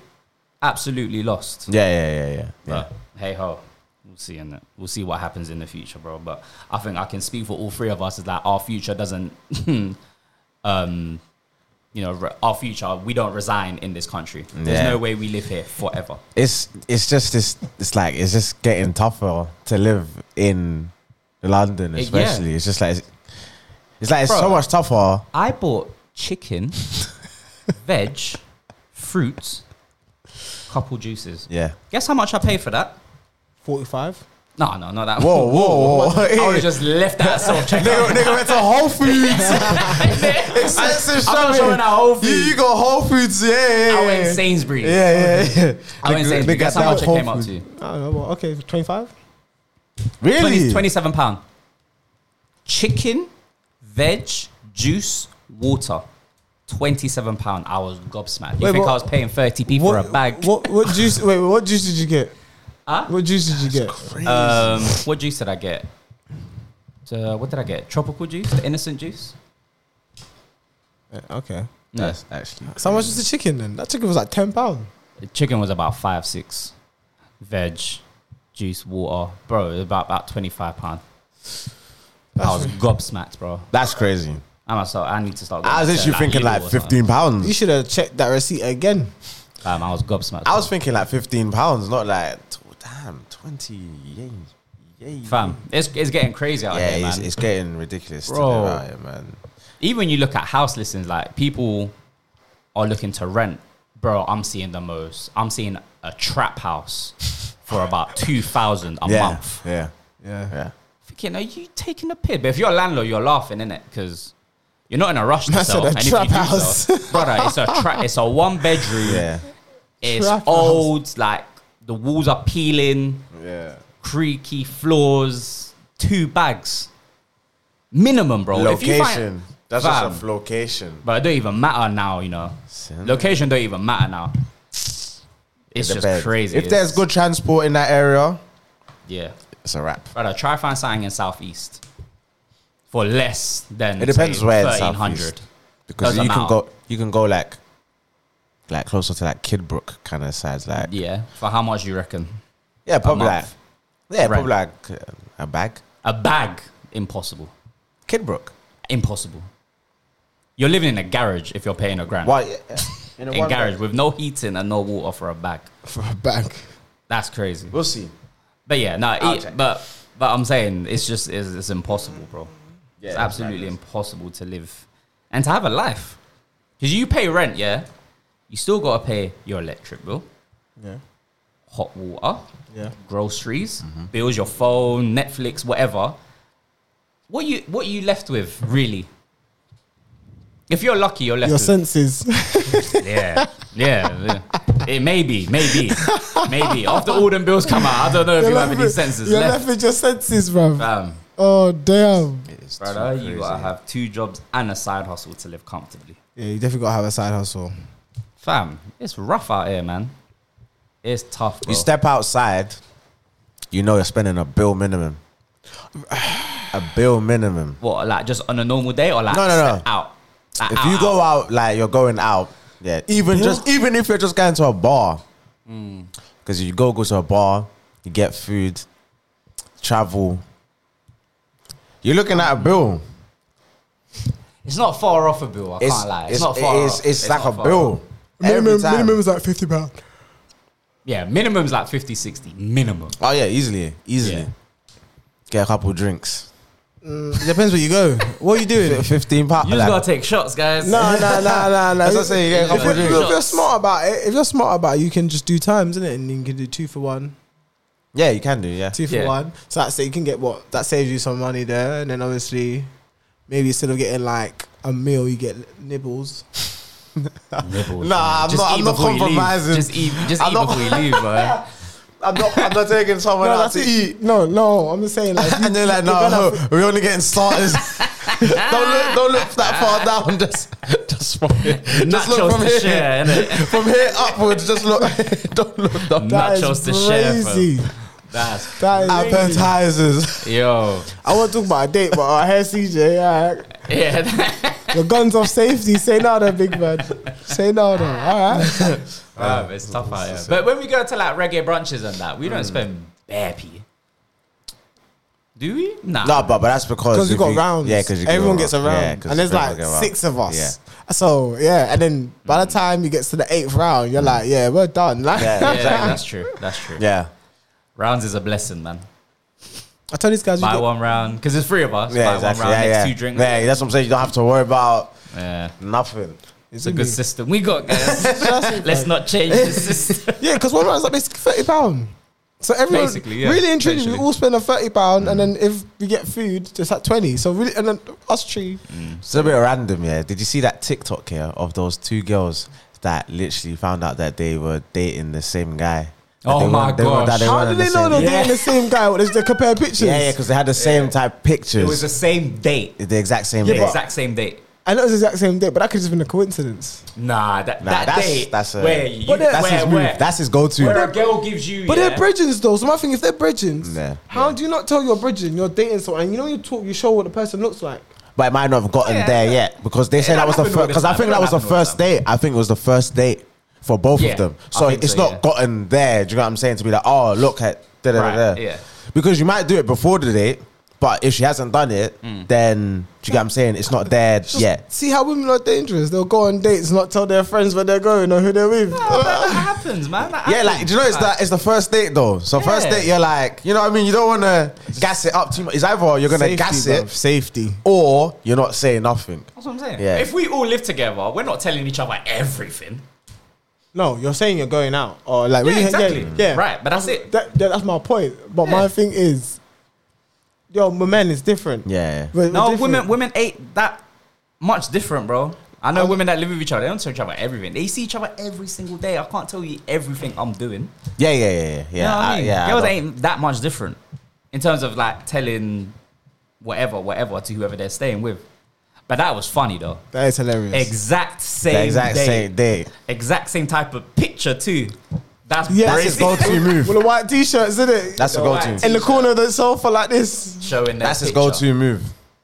S1: Absolutely lost.
S3: Yeah, yeah, yeah, yeah. yeah.
S1: But hey ho, we'll see in it. We'll see what happens in the future, bro. But I think I can speak for all three of us is that our future doesn't, um, you know, re- our future we don't resign in this country. There's
S3: Yeah.
S1: no way we live here forever.
S3: It's it's just this it's like it's just getting tougher to live in London
S1: Yeah.
S3: especially. It's just like it's, it's like it's
S1: Bro.
S3: so much tougher.
S1: I bought chicken, veg, fruit, couple juices.
S3: Yeah.
S1: Guess how much I paid for that?
S2: 45.
S1: No, no, not that.
S3: Whoa, whoa, whoa.
S1: I would have just left that self
S3: nigga,
S1: checkout.
S3: nigga went to Whole Foods. Expensive
S1: I'm not
S3: shopping.
S1: showing out Whole
S3: You,
S1: Foods.
S3: you got Whole Foods, yeah. yeah,
S1: I went
S3: yeah.
S1: Sainsbury's.
S3: Yeah, yeah, yeah.
S1: I went
S3: Nigga-
S1: Sainsbury's.
S3: nigga
S1: Guess
S3: got
S1: how much
S3: that
S1: it
S3: Whole
S1: came up
S3: Foods.
S1: to?
S2: I don't know. Well, okay, 25.
S3: Really?
S1: 20, 27 pound. Chicken, veg, juice, water. 27 pound. I was gobsmacked. You
S2: Wait,
S1: think
S2: what-
S1: I was paying 30p
S2: What,
S1: for a bag?
S2: What, what juice? Wait, what juice did you get?
S1: Huh?
S2: What juice did you get?
S1: Um, what juice did I get? So what did I get? Tropical juice? The innocent juice?
S2: Uh, Okay.
S1: No.
S3: That's actually
S2: So how much was the chicken then? That chicken was like ten pound.
S1: The chicken was about 5, 6. Veg, juice, water. Bro, it was about, about 25 pound. I was gobsmacked, bro.
S3: that's crazy.
S1: I must start, I need to start. going
S3: I was
S1: to,
S3: literally thinking
S1: Lidl
S3: like
S1: or something.
S3: fifteen pounds.
S2: You should have checked that receipt eh, again.
S1: Um, I was gobsmacked.
S3: I was thinking like 15 pounds, not like, t- damn, 20. Yay, yay.
S1: Fam, it's, it's getting crazy out
S3: Yeah,
S1: here, man.
S3: it's, it's getting ridiculous to
S1: Bro.
S3: live out here, man.
S1: even when you look at house listings, like people are looking to rent. Bro, I'm seeing the most. I'm seeing a trap house for about two thousand a
S3: yeah,
S1: month.
S3: yeah,
S2: Yeah.
S3: yeah.
S1: Thinking, are you taking a piss? But if you're a landlord, you're laughing in it because you're not in a rush to
S2: Man said
S1: sell.
S2: a
S1: and if you
S2: trap
S1: do sell-
S2: house.
S1: brother, it's a trap. It's a one bedroom.
S3: Yeah,
S1: It's
S2: Trap
S1: old. Like the walls are peeling,
S3: yeah.
S1: creaky floors. Two bags, minimum, bro. Oh, If you find-
S3: Location. That's
S1: Fam.
S3: just a location.
S1: But it don't even matter now, you know.
S3: Sim.
S1: Location don't even matter now. It's just
S3: Depends.
S1: crazy.
S3: If there's
S1: It's-
S3: good transport in that area,
S1: yeah,
S3: it's a wrap.
S1: brother, try find something in southeast for less than
S3: It depends
S1: say,
S3: where in
S1: thirteen hundred.
S3: Southeast. Because
S1: Doesn't
S3: you can
S1: matter.
S3: go, you can go like like closer to like Kidbrook kind of size. Like yeah,
S1: Yeah. For how much you reckon?
S3: probably like
S1: month.
S3: yeah, probably like uh, a bag.
S1: A bag? Impossible.
S3: Kidbrook.
S1: Impossible. You're living in a garage if you're paying a grand.
S3: Why? uh, yeah, yeah. In, a
S1: In
S3: one
S1: garage
S3: bag.
S1: with no heating and no water for a bag.
S2: for a bag.
S1: That's crazy.
S3: We'll see.
S1: But yeah, no,
S3: I'll
S1: it-
S3: check.
S1: but but I'm saying it's just it's, it's impossible, bro.
S3: Yeah,
S1: it's
S3: it's
S1: absolutely
S3: madness.
S1: impossible to live and to have a life because you pay rent, yeah. You still gotta pay your electric bill,
S4: Yeah.
S1: hot water,
S4: Yeah.
S1: groceries, bills, your phone, Netflix, whatever. What you what you left with really? If you're lucky, you're left
S2: Your
S1: with
S2: senses.
S1: yeah, yeah. yeah. It maybe, maybe, maybe after all them bills come out, I don't know if
S2: You're
S1: you have
S2: left
S1: any
S2: with-
S1: senses
S2: You're
S1: left.
S2: left with your senses, bruv.
S1: Fam.
S2: Oh damn.
S3: It is
S1: Brother,
S3: too
S1: you
S3: crazy.
S1: gotta have two jobs and a side hustle to live comfortably.
S2: Yeah, you definitely gotta have a side hustle.
S1: Fam, it's rough out here, man. It's tough, bro.
S3: You step outside, you know you're spending a bill minimum. a bill minimum.
S1: what, like just on a normal day or like
S3: No, no, no.
S1: step out? Like,
S3: If
S1: out,
S3: you
S1: out?
S3: go out like you're going out, yeah, even just even if you're just going to a bar,
S1: Hmm.
S3: because you go go to a bar, you get food, travel. You're looking at a bill.
S1: it's not far off a bill, I
S3: It's
S1: can't lie. It's,
S3: it's,
S1: not far
S3: it's,
S1: off.
S3: it's like
S1: not
S3: a
S1: far off.
S3: bill. Every
S2: Minimum,
S3: time.
S2: minimum is like fifty pound.
S1: Yeah, minimum's like 50, 60. Minimum.
S3: Oh yeah, easily, easily.
S1: Yeah.
S3: Get a couple drinks.
S2: It depends where you go. What are you doing?
S3: Fifteen pounds.
S1: You just gotta take shots, guys.
S2: No, no, no, no, no.
S3: That's what I'm saying, yeah,
S2: If you're-
S3: couple
S2: if
S1: drinks.
S2: you're smart about it, if you're smart about it, you can just do times, innit? And you can do two for one,
S3: yeah, you can do. Yeah,
S2: two for
S1: Yeah.
S2: one. So that's it. You can get what that saves you some money there, and then obviously, maybe instead of getting like a meal, you get nibbles.
S1: Nibbles, man.
S3: Nah, I'm
S1: Just
S3: not-
S1: eat
S3: I'm not
S1: before you leave.
S3: compromising.
S1: Just eat, just
S3: I'm
S1: eat
S3: not-
S1: before you leave, bro.
S3: I'm not. I'm not taking someone
S2: No,
S3: out
S2: that's
S3: to
S2: it.
S3: eat.
S2: No, no. I'm just saying like. if you-
S3: and they're like,
S2: you're
S3: no,
S2: gonna
S3: no,
S2: have-
S3: we're only getting starters. don't look, don't look that far down. Just, just from here. Just look
S1: Nachos
S3: from
S1: to
S3: here.
S1: share, innit?
S3: From here upwards, just look. don't look down.
S2: That
S1: Nachos
S2: is
S1: to share, fam.
S2: crazy.
S1: That's
S2: That is crazy.
S3: Appetizers.
S1: yo.
S2: I want to talk about a date, but I hear CJ. Yeah,
S1: Yeah.
S2: your guns off safety. Say no, no, big man. Say no, no. All right.
S1: Bruv, Oh, it's Mm. tough out here. But when we go to like reggae brunches and that, we don't spend bare pee. Do we? Nah.
S3: No, but, but that's because
S2: Because we
S3: if
S2: got
S3: you-
S2: rounds.
S3: Yeah, because
S2: everyone gets around, and there's like six of us. So yeah, and then by the time you get to the eighth round, you're like, yeah, we're done. Like,
S3: Yeah,
S1: Yeah,
S3: yeah, exactly.
S1: that's true. That's true.
S3: yeah.
S1: Rounds is a blessing, man.
S2: I told these guys, you
S1: Buy
S2: get,
S1: one round because there's three of us.
S3: Yeah,
S1: Buy
S3: exactly.
S1: one round,
S3: yeah,
S1: next
S3: yeah.
S1: two drinks. Yeah.
S3: yeah, that's what I'm saying. You don't have to worry about nothing.
S1: It's a good system we got, guys. Let's not change the system.
S2: yeah, because one round's like basically thirty pound. So everyone
S1: Basically, yeah,
S2: really and truly, we
S1: literally.
S2: all spend a thirty pound, and
S3: Mm.
S2: then if we get food, it's like twenty. So really, and then us
S3: Mm.
S2: three,
S3: It's a bit random, yeah. Did you see that TikTok here of those two girls that literally found out that they were dating the same guy? That
S1: Oh
S3: they
S1: my
S3: weren't- they weren't-
S1: gosh.
S3: that
S2: how do
S3: weren't
S2: they know
S3: the
S2: they're
S3: same-
S2: dating the same guy? Or they just compare pictures?
S3: Yeah, yeah, because they had the same type pictures.
S1: It was the same date.
S3: the exact same.
S1: The
S3: day.
S1: exact same date.
S2: I know it's the exact same day, but that could just been a coincidence.
S1: Nah, that,
S3: Nah,
S1: that
S3: that's-
S1: date.
S3: that's a-
S1: where you,
S2: But
S1: where,
S3: That's his move.
S1: where,
S3: That's his go-to.
S1: where a girl gives you.
S2: But
S1: yeah,
S2: they're bridges though. So my thing, if they're bridges,
S3: Yeah.
S2: how do you not tell you're bridging? You're dating someone, and you know you talk, you show what the person looks like.
S3: but it might not have gotten
S1: Yeah.
S3: there yet because they said
S1: that
S3: that was the
S1: happened all the
S3: first. Because I
S1: time.
S3: think
S1: It
S3: that was the
S1: happened all the
S3: first date. I think it was the first date for both
S1: Yeah,
S3: of them.
S1: I
S3: So
S1: think
S3: it's
S1: so,
S3: not
S1: yeah.
S3: gotten there. Do you know what I'm saying? To be like, oh, look at da da da
S1: Right,
S3: da.
S1: yeah.
S3: Because you might do it before the date, but if she hasn't done it,
S1: Hmm.
S3: then do you get what I'm saying? It's not there
S2: Just
S3: yet.
S2: See how women are dangerous. They'll go on dates, not tell their friends where they're going or who they're with.
S1: Oh, that happens, man. That
S3: Yeah, like
S1: happens.
S3: do you know, it's that it's the first date though. So first
S1: Yeah.
S3: date, you're like, you know what I mean? You don't want to gas it up too much. It's either you're gonna gas
S2: bruv,
S3: it,
S2: Safety.
S3: or you're not saying nothing.
S1: That's what I'm saying.
S3: Yeah.
S1: If we all live together, we're not telling each other everything.
S2: No, you're saying you're going out or like
S1: Yeah,
S2: really,
S1: exactly.
S2: yeah, yeah.
S1: Right, but that's it.
S2: That, that- that's my point. But
S1: Yeah.
S2: my thing is, yo, my man is different.
S3: Yeah.
S2: We're- we're
S1: No,
S2: different.
S1: women women ain't that much different, bro. I know women that live with each other, they don't tell each other everything. They see each other every single day. I can't tell you everything I'm doing.
S3: Yeah, yeah, yeah, yeah,
S1: You know
S3: yeah.
S1: what I
S3: I-
S1: mean?
S3: yeah, I
S1: Girls
S3: don't-
S1: ain't that much different in terms of like telling whatever, whatever to whoever they're staying with. But that was funny though.
S2: That is hilarious.
S1: Exact same
S3: the exact
S1: day.
S3: same day.
S1: Exact same type of picture too. That's
S2: Yeah.
S3: That's
S2: That's
S3: his
S2: his
S3: go-to move.
S2: With the white t-shirts, isn't it?
S3: That's his
S1: Alright.
S3: go-to.
S2: in the corner of the sofa like this.
S1: showing their
S3: That's his
S1: picture.
S3: go-to move.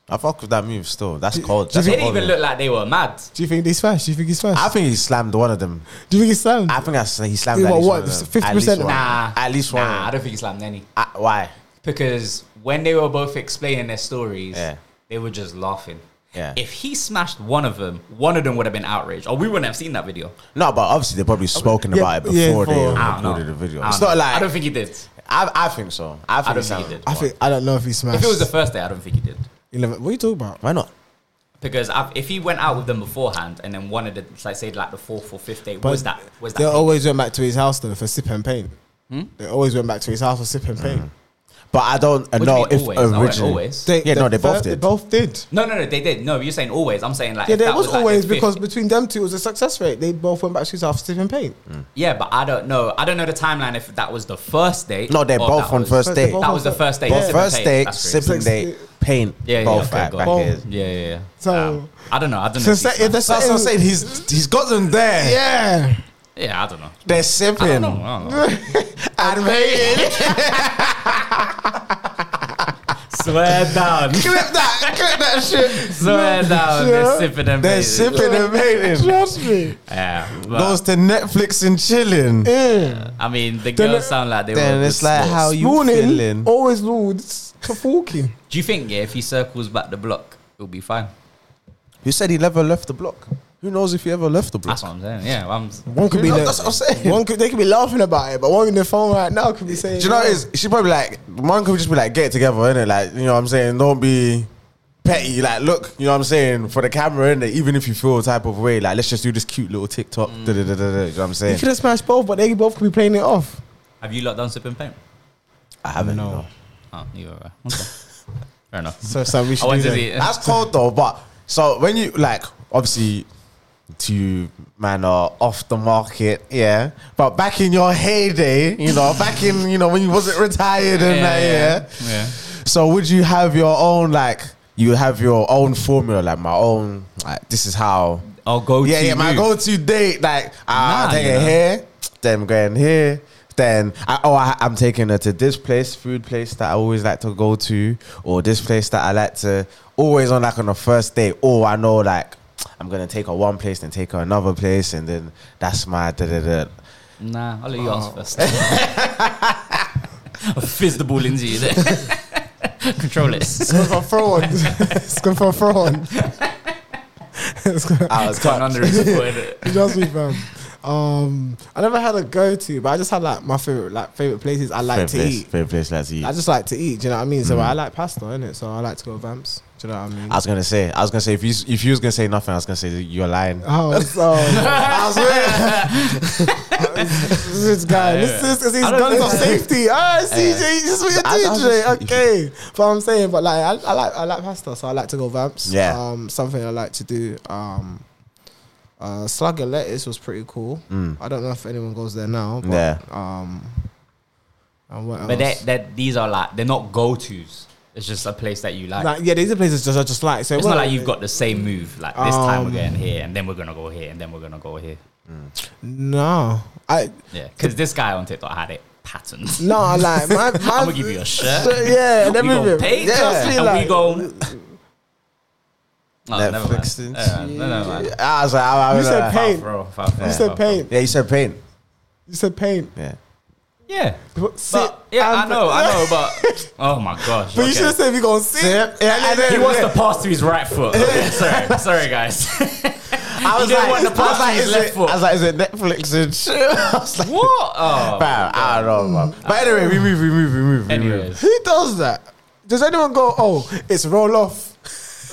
S3: I fuck with that move still. That's cold.
S1: They
S3: That's
S1: didn't
S3: a
S1: even
S3: cold
S1: look like they were mad.
S2: Do you think he's first? Do you think he's first?
S3: move. I think he slammed one of them.
S2: Do you think he's slammed?
S3: I think I, sl- he slammed
S2: Yeah,
S3: at
S2: but
S3: least
S2: what,
S3: one of them.
S2: 50%
S3: At least one.
S1: Nah,
S3: At least one.
S1: Nah, I don't think he slammed any
S3: Uh, why?
S1: because when they were both explaining their stories,
S3: Yeah.
S1: they were just laughing.
S3: Yeah.
S1: If he smashed one of them, one of them would have been outraged, or we wouldn't have seen that video.
S3: No, but obviously they've probably spoken
S2: Yeah,
S3: about it
S2: yeah,
S3: before they
S2: before.
S1: I don't know.
S3: recorded the video.
S1: I
S3: It's
S1: don't
S3: not
S1: know.
S3: like
S1: I don't think he did.
S3: I, I think so. I
S1: I don't
S3: think, he
S1: think
S3: slammed.
S1: he did.
S2: I think I don't know if he smashed.
S1: If it was the first day, I don't think he did.
S2: eleven. What are you talking about?
S3: Why not?
S1: Because i if he went out with them beforehand and then one of the, like say like the fourth or fifth day, was that was
S2: they
S1: that? Hmm?
S2: always went back to his house though for sip and paint. They always went back to his house for sip and paint.
S3: Mm. But I don't uh,
S1: What do you
S3: know
S1: mean
S3: if
S1: always? Oh,
S3: originally.
S1: wait, always?
S2: They,
S3: Yeah, no, they both
S2: fir- They
S3: did.
S2: both did.
S1: No, no, no, they did. No, you're saying always. I'm saying like
S2: Yeah,
S1: if
S2: there
S1: that
S2: was,
S1: like, the
S2: always
S1: fifth-
S2: because between them two it was a success rate. They both went back to his house for sip and paint.
S3: Mm.
S1: yeah, but I don't know. I don't know the timeline if that was the first day.
S3: No, they're
S1: or
S3: both
S1: that
S3: on
S1: was-
S3: first
S2: they're
S3: date.
S2: both
S1: That was the first day.
S2: Both
S1: Sip and
S3: First
S1: Paint.
S3: date,
S1: That's crazy.
S3: sipping
S2: Six-
S3: date, paint,
S1: Yeah, yeah,
S3: both
S1: okay,
S3: back,
S1: go
S3: back
S1: on.
S3: here.
S1: Yeah, yeah, yeah.
S2: So-
S1: Um, I don't know. I don't know.
S2: So
S1: if
S2: say-
S1: he's
S2: if
S1: mad.
S2: that's
S3: That's what I'm saying. He's he's got them there.
S2: Yeah,
S1: yeah, I don't know.
S3: They're
S1: I don't
S3: sipping
S1: know. I don't know.
S3: and painting.
S1: Swear down.
S3: Clip that. Clip that shit.
S1: Swear down. They're
S2: Sure.
S1: sipping and
S3: They're
S1: bathing.
S3: sipping and painting.
S2: trust me.
S1: Yeah, but,
S3: Goes to Netflix and chilling.
S2: Yeah,
S1: I mean, the girls
S2: it-
S1: sound like they
S3: Then
S1: were.
S3: it's
S1: just
S3: like,
S1: lost.
S3: how you
S2: Morning
S3: feeling?
S2: always lords to walking.
S1: Do you think yeah, if he circles back the block, it'll be fine?
S3: Who said he never left the block? Who knows if he ever left the block?
S1: That's what I'm saying. Yeah, I'm.
S2: One could be
S3: No,
S2: there.
S3: that's what I'm saying.
S2: One could they could be laughing about it, but one in the phone right now could be saying,
S3: Do you know what it is? She probably like mine could just be like, get it together, innit? Like, you know what I'm saying? Don't be petty. Like, look, you know what I'm saying? For the camera, innit? Even if you feel a type of way, like, let's just do this cute little TikTok. Da, da, da, da, da, you know what I'm
S2: You
S3: saying?
S2: could have smashed both, but they both could be playing it off.
S1: Have you locked down sip and paint?
S3: I haven't.
S2: No.
S3: No.
S1: Oh, you alright? Okay. Fair enough.
S2: So Sam, we
S1: I
S2: should
S1: wanted
S2: do
S1: to
S2: that.
S1: see.
S3: That's cold though, but so when you like, obviously, to man are off the market, yeah. But back in your heyday, you know, back in you know when you wasn't retired and that, yeah.
S1: yeah.
S3: So would you have your own like you have your own formula, like my own like this is how
S1: I'll go.
S3: Yeah,
S1: to
S3: yeah, my
S1: you.
S3: go to date, like ah,
S1: Nah,
S3: I'm taking
S1: you know.
S3: it here, then I'm going here, then I, oh I, I'm taking her to this place, food place that I always like to go to, or this place that I like to always on like on the first date, or I know like I'm gonna take her one place, then take her another place, and then that's my da da da.
S1: Nah, I'll let you ask first. I'll fizz the ball into you there. Control it.
S2: It's going for a throw on. it's going for a throw on. It's going-
S3: I was
S1: Turn under his foot. innit?
S2: you trust me, fam. Um, I never had a go to, but I just had like my favorite, like favorite places I like
S3: favorite
S2: to
S3: place,
S2: eat.
S3: favorite place Mm. like to eat.
S2: I just like to eat. Do you know what I mean? So I like pasta, innit? So I like to go Vamps. Do you know what I mean?
S3: I was gonna say, I was gonna say if you if you was gonna say nothing, I was gonna say you're lying.
S2: Oh, so I was with this guy. This, this, this, he's
S1: I don't
S2: guns
S1: know.
S2: of safety. Ah, CJ, this is what
S3: I- I
S2: you're
S3: was
S2: doing, Jay.
S3: just-
S2: Okay, but I'm saying, but like, I, I like, I like pasta, so I like to go vamps.
S3: Yeah.
S2: um, something I like to do. Um, uh, slug of lettuce was pretty cool. I don't know if anyone goes there now. But,
S3: Mm. Yeah.
S2: Um, and what else?
S1: But that, that these are like they're not go tos. It's just a place that you like.
S2: like, yeah, these are places just I just like. So
S1: it's
S2: well,
S1: not like you've got the same move. Like this time we're
S2: Um,
S1: going here, and then we're gonna go here, and then we're gonna go here.
S2: No, I
S1: Yeah, because this guy on TikTok had it patterned.
S2: no, I like my. my
S1: I'm gonna give you a shirt.
S2: yeah,
S1: we gonna
S2: everything.
S1: pay,
S2: Yeah.
S1: and we
S2: Like-
S1: go. Oh,
S3: Netflix
S1: never
S3: and-
S1: mind. Yeah, no, never mind.
S3: I was like, I, I
S2: You
S3: was
S2: said
S3: like-
S2: paint.
S1: Far throw, far throw,
S2: You
S1: far
S2: said
S1: throw.
S2: paint.
S3: Yeah, you said paint.
S2: You said paint.
S3: Yeah.
S1: Yeah,
S2: But sit
S1: but yeah, I
S2: and-
S1: know, I know, but oh my gosh.
S2: But you
S1: okay.
S2: should have said if you're gonna sit.
S3: Yep. Yeah, and then-
S1: He wants to pass to his right foot. Okay, sorry, sorry, guys.
S3: I was
S1: didn't
S3: like,
S1: want to
S3: I
S1: pass
S3: was like,
S1: to his
S3: is
S1: left
S3: it,
S1: foot.
S3: I was like, is it Netflix and shit? I was like,
S1: what? Oh,
S3: fam, I don't know, man. But anyway, we move, we move, we move, we move.
S1: anyways,
S2: Who does that? Does anyone go? Oh, it's roll off.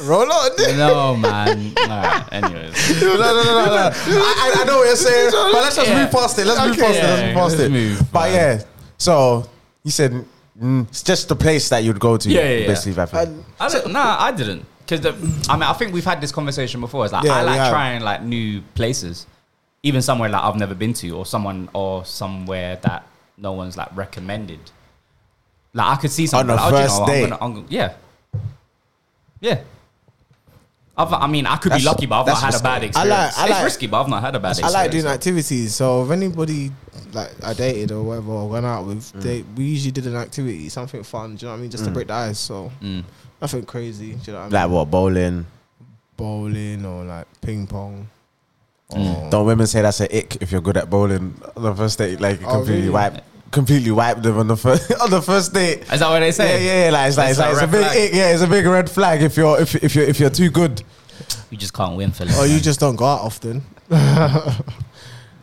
S2: Roll on.
S1: no man. All right, anyways,
S3: No, no, no, no, no. I, I- I know what you're saying, but let's just
S1: Yeah.
S3: move past it. Let's move
S1: Okay.
S3: past it.
S1: Yeah,
S3: Let's move past
S1: let's
S3: it.
S1: move,
S3: but
S1: man.
S3: yeah, so you said mm, it's just the place that you'd go to.
S1: Yeah, yeah, yeah.
S3: Basically, yeah.
S2: And
S1: I don't, nah, I didn't. Because I mean, I think we've had this conversation before. It's like
S2: Yeah,
S1: I
S2: we
S1: like
S2: have.
S1: trying like new places, even somewhere like I've never been to, or someone or somewhere that no one's like recommended. Like I could see something
S3: the
S1: like, oh, do you
S3: first
S1: know what, I'm
S3: date.
S1: gonna- I'm gonna- yeah, yeah. I've, I mean, I could
S3: That's-
S1: be lucky, but I've not
S3: that's
S1: had a
S3: risky.
S1: bad
S2: I
S1: experience.
S2: like- I
S1: it's
S2: like-
S1: risky, but I've not had a bad
S2: I
S1: experience.
S2: like doing activities. So if anybody like I dated or whatever or went out with, they we usually did an activity, something fun. Do you know what I mean? Just to break the ice. So nothing crazy. Do you know what I mean?
S3: Like what bowling?
S2: bowling or like ping pong. Or
S3: Don't women say that's an ick if you're good at bowling on the first date? Like you
S2: Oh,
S3: completely
S2: really?
S3: wipe, completely wipe them on the first on the first date.
S1: Is that what they say?
S3: Yeah, yeah, like it's like,
S1: It's
S3: it's,
S1: a
S3: like, it's a
S1: red
S3: big
S1: flag.
S3: ick, yeah, it's a big red flag if you're if if you're if you're too good.
S1: You just can't win, Philip.
S2: or you just don't go out often.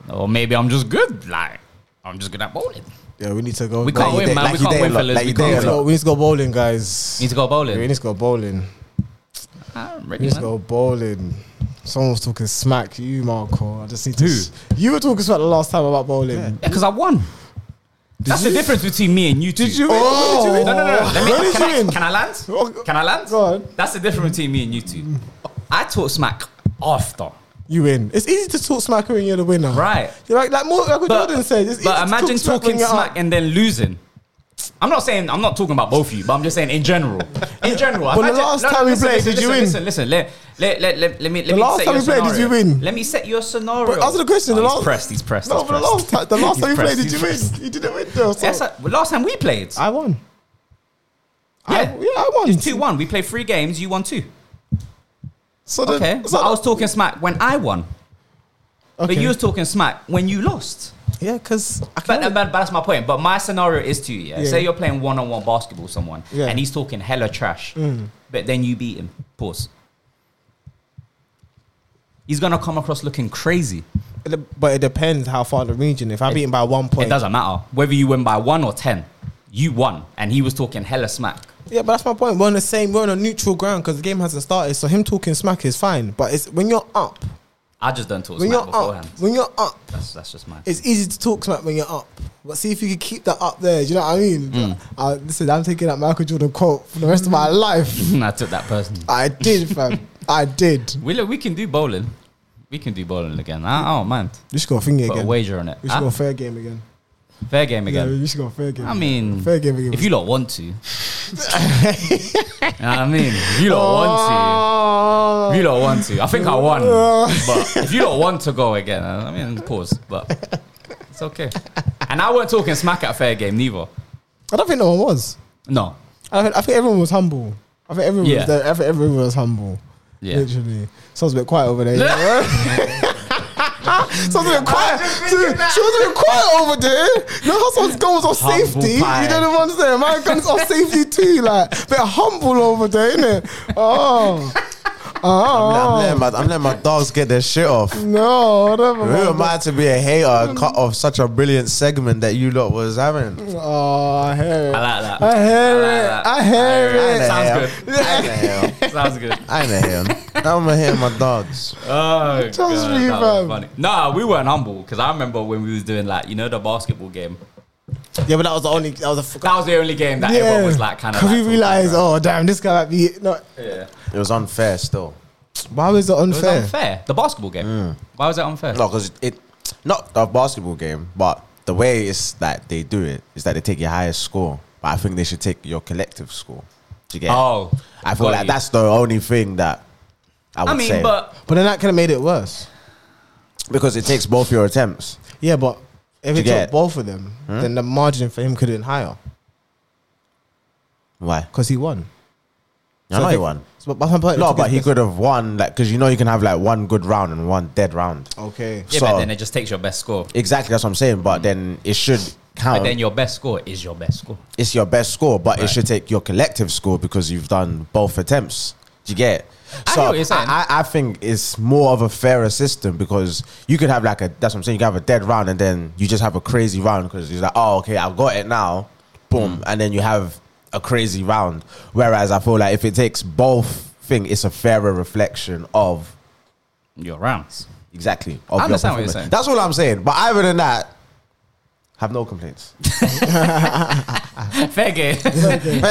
S1: Or maybe I'm just good. Like I'm just good at bowling.
S2: Yeah, we need to go.
S1: We
S2: like
S1: can't
S2: you
S1: win,
S2: did-
S1: man.
S3: like
S1: we
S3: you
S1: can't
S3: did a
S1: win,
S3: lot,
S1: fellas.
S3: like
S1: we
S3: you did a
S1: can't
S3: lot.
S1: win.
S2: So we need to go bowling, guys.
S1: Need to go
S2: Yeah, we
S1: bowling.
S2: need to go bowling.
S1: I'm
S2: We
S1: ready,
S2: need to
S1: man.
S2: go bowling. Someone was talking smack. You, Marco. I just need to.
S1: Who?
S2: s- you were talking smack the last time about bowling.
S1: Yeah, because I won. That's the difference between me and you two. Did you?
S2: Oh.
S1: No, no, no. Let me,
S2: When did
S1: can,
S2: you win?
S1: I, can I land? Can I land?
S2: Go on.
S1: That's the difference between me and you two. I talk smack after.
S2: You win. It's easy to talk smack when you're the winner.
S1: Right.
S2: You're like, like, more, like what Jordan said. It's
S1: but
S2: easy
S1: imagine
S2: to talk
S1: talking
S2: smack. when you're
S1: smack
S2: up.
S1: and then losing. I'm not saying I'm not talking about both of you, but I'm just saying in general. In general,
S2: But the
S1: imagine-
S2: last time we
S1: listen,
S2: played,
S1: listen,
S2: did you
S1: listen,
S2: win?
S1: Listen, listen, let let let, let, let me let
S2: The
S1: me
S2: last
S1: set
S2: time
S1: your
S2: we played, did
S1: scenario.
S2: you win?
S1: Let me set your scenario.
S2: But answer the question,
S1: Oh,
S2: the
S1: he's
S2: last-
S1: pressed. He's pressed.
S2: No,
S1: he's
S2: but the
S1: pressed.
S2: last time, the last
S1: He's
S2: time you played,
S1: pressed,
S2: did you
S1: he's
S2: win? You didn't win, though. So.
S1: Yes, I- well, last time we played,
S2: I won. I,
S1: Yeah.
S2: yeah, I won.
S1: it's two one. We played three games. You won two.
S2: So the-
S1: Okay,
S2: so
S1: but I
S2: the-
S1: was talking smack when I won, but
S2: okay.
S1: you was talking smack when you lost.
S2: yeah, because I
S1: But,
S2: can't.
S1: but that's my point. But my scenario is to you, yeah.
S2: Yeah.
S1: Say you're playing one on one basketball with someone
S2: Yeah. Mm.
S1: and he's talking hella trash, but then you beat him. Pause. He's gonna come across looking crazy.
S2: But it depends how far the region. If I beat him by one
S1: It
S2: point,
S1: doesn't matter whether you win by one or ten. You won, and he was talking hella smack.
S2: Yeah, but that's my point. We're on the same. We're on a neutral ground because the game hasn't started. So him talking smack is fine. But it's when you're up.
S1: I just don't talk
S2: When
S1: smack
S2: you're
S1: beforehand.
S2: up. When you're up.
S1: That's that's just mine.
S2: It's easy to talk smack when you're up. But see if you could keep that up there. Do you know what I mean?
S1: Mm.
S2: Uh, listen, I'm taking that Michael Jordan quote for the rest of my life.
S1: I took that person.
S2: I did, fam. I did.
S1: We look, we can do bowling. We can do bowling again. I, I don't mind.
S2: You should go thingy
S1: Put a
S2: again.
S1: wager on it.
S2: We should go
S1: Huh?
S2: fair game again.
S1: Fair game
S2: Yeah,
S1: again.
S2: you should go fair game.
S1: I mean,
S2: fair game again.
S1: if you lot want to. You know what I mean, if you lot want
S2: Ah.
S1: to. If you lot want to. I think I won. But if you lot want to go again, I mean, pause. But it's okay. And I weren't talking smack at fair game neither.
S2: I don't think no one was.
S1: No.
S2: I think, I think everyone was humble. I think everyone
S1: Yeah.
S2: was there. I think everyone was humble.
S1: Yeah.
S2: Literally. Sounds a bit quiet over there. Sounds a bit quiet. She, she was a bit quiet over there. You know how someone's gun was off
S1: Humble
S2: safety?
S1: pie.
S2: You know the ones there. My gun's off safety too. Like, bit humble over there, innit? Oh.
S3: I'm,
S2: Oh.
S3: letting my, I'm letting my dogs get their shit off.
S2: No, whatever.
S3: Who
S2: man.
S3: am I to be a hater and cut off such a brilliant segment that you lot was having?
S2: Oh, I hear it.
S1: I like that.
S2: I hear
S1: I
S2: it.
S1: like that.
S2: I hear
S1: Sounds
S2: it.
S3: good. I
S1: good. Sounds good.
S3: ain't a hater. I'm a hater, my dogs.
S1: Oh, God,
S2: me,
S1: that was
S2: fam.
S1: funny. Nah, we weren't humble because I remember when we was doing like you know the basketball game.
S2: Yeah, but that was the only. That was the.
S1: That was the only game that everyone was like kind of.
S2: Because
S1: like,
S2: we
S1: talking
S2: realized,
S1: crap.
S2: oh damn, this guy might be. No,
S1: yeah.
S3: It was unfair still.
S2: why was it
S1: It was
S2: unfair?
S1: unfair. The basketball game. Why was that unfair?
S3: No, because it not a basketball game, but the way it's that they do it is that they take your highest score. But I think they should take your collective score. Do you get? it?
S1: Oh,
S3: I feel
S1: got
S3: like
S1: you.
S3: that's the only thing that I would
S1: I mean,
S3: say
S1: but
S2: But then that could have made it worse.
S3: because it takes both your attempts.
S2: Yeah, but if
S3: You
S2: it
S3: get Hmm?
S2: took
S3: it?
S2: both of them, then the margin for him could have been higher
S3: Why?
S2: because he won.
S3: I know
S2: I
S3: he
S2: think-
S3: won.
S2: So, but my point,
S3: No,
S2: took
S3: but
S2: his
S3: he
S2: best-
S3: could have won, like, because you know you can have like one good round and one dead round.
S2: Okay.
S1: yeah,
S3: so-
S1: but then it just takes your best score.
S3: Exactly, that's what I'm saying. But then it should
S1: But
S3: count.
S1: then your best score is your best score.
S3: it's your best score, but it
S1: Right.
S3: should take your collective score because you've done both attempts. Do you get? It?
S1: I hear what you're saying.
S3: I, I I think it's more of a fairer system because you could have like a that's what I'm saying. You can have a dead round and then you just have a crazy round because you're like, oh, okay, I've got it now,
S1: Mm.
S3: boom, and then you have a crazy round. Whereas I feel like if it takes both thing, it's a fairer reflection of
S1: Your rounds.
S3: exactly. Of
S1: I understand what you're
S3: performance.
S1: saying.
S3: That's all I'm saying. But other than that, have no complaints.
S1: Fair game.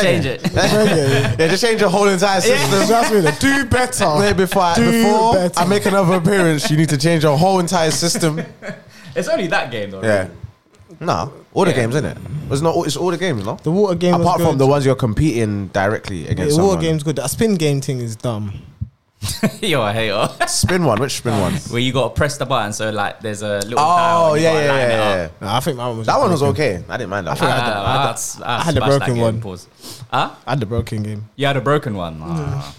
S1: Change it.
S3: yeah, just change your whole entire system.
S2: That's really do
S3: Wait,
S2: better.
S3: before, I,
S2: Do
S3: before
S2: better.
S3: I make another appearance, you need to change your whole entire system.
S1: It's only that game though.
S3: Yeah. Nah, all the
S1: Yeah.
S3: games, isn't it? It's not. all- It's all the games, no.
S2: The water game
S3: Apart
S2: was
S3: from
S2: good.
S3: the ones you're competing directly
S2: Yeah,
S3: against.
S2: the
S3: someone.
S2: water game's good. That spin game thing is dumb.
S1: You're a hater.
S3: Spin one. Which spin one?
S1: Where you got to press the button, so like there's a little. dial
S3: Oh
S1: and you
S3: yeah,
S1: gotta
S3: yeah,
S1: line
S3: yeah,
S1: it up.
S3: yeah.
S2: Nah, I think that one was
S3: That
S2: just
S3: one was
S2: broken.
S3: okay. I didn't mind
S1: Ah,
S3: that. one.
S2: I had that-
S1: that's- I
S2: had the
S1: smashed that
S2: broken
S1: game.
S2: one.
S1: Pause. Huh?
S2: I had the broken game.
S1: You had a broken one. Ah,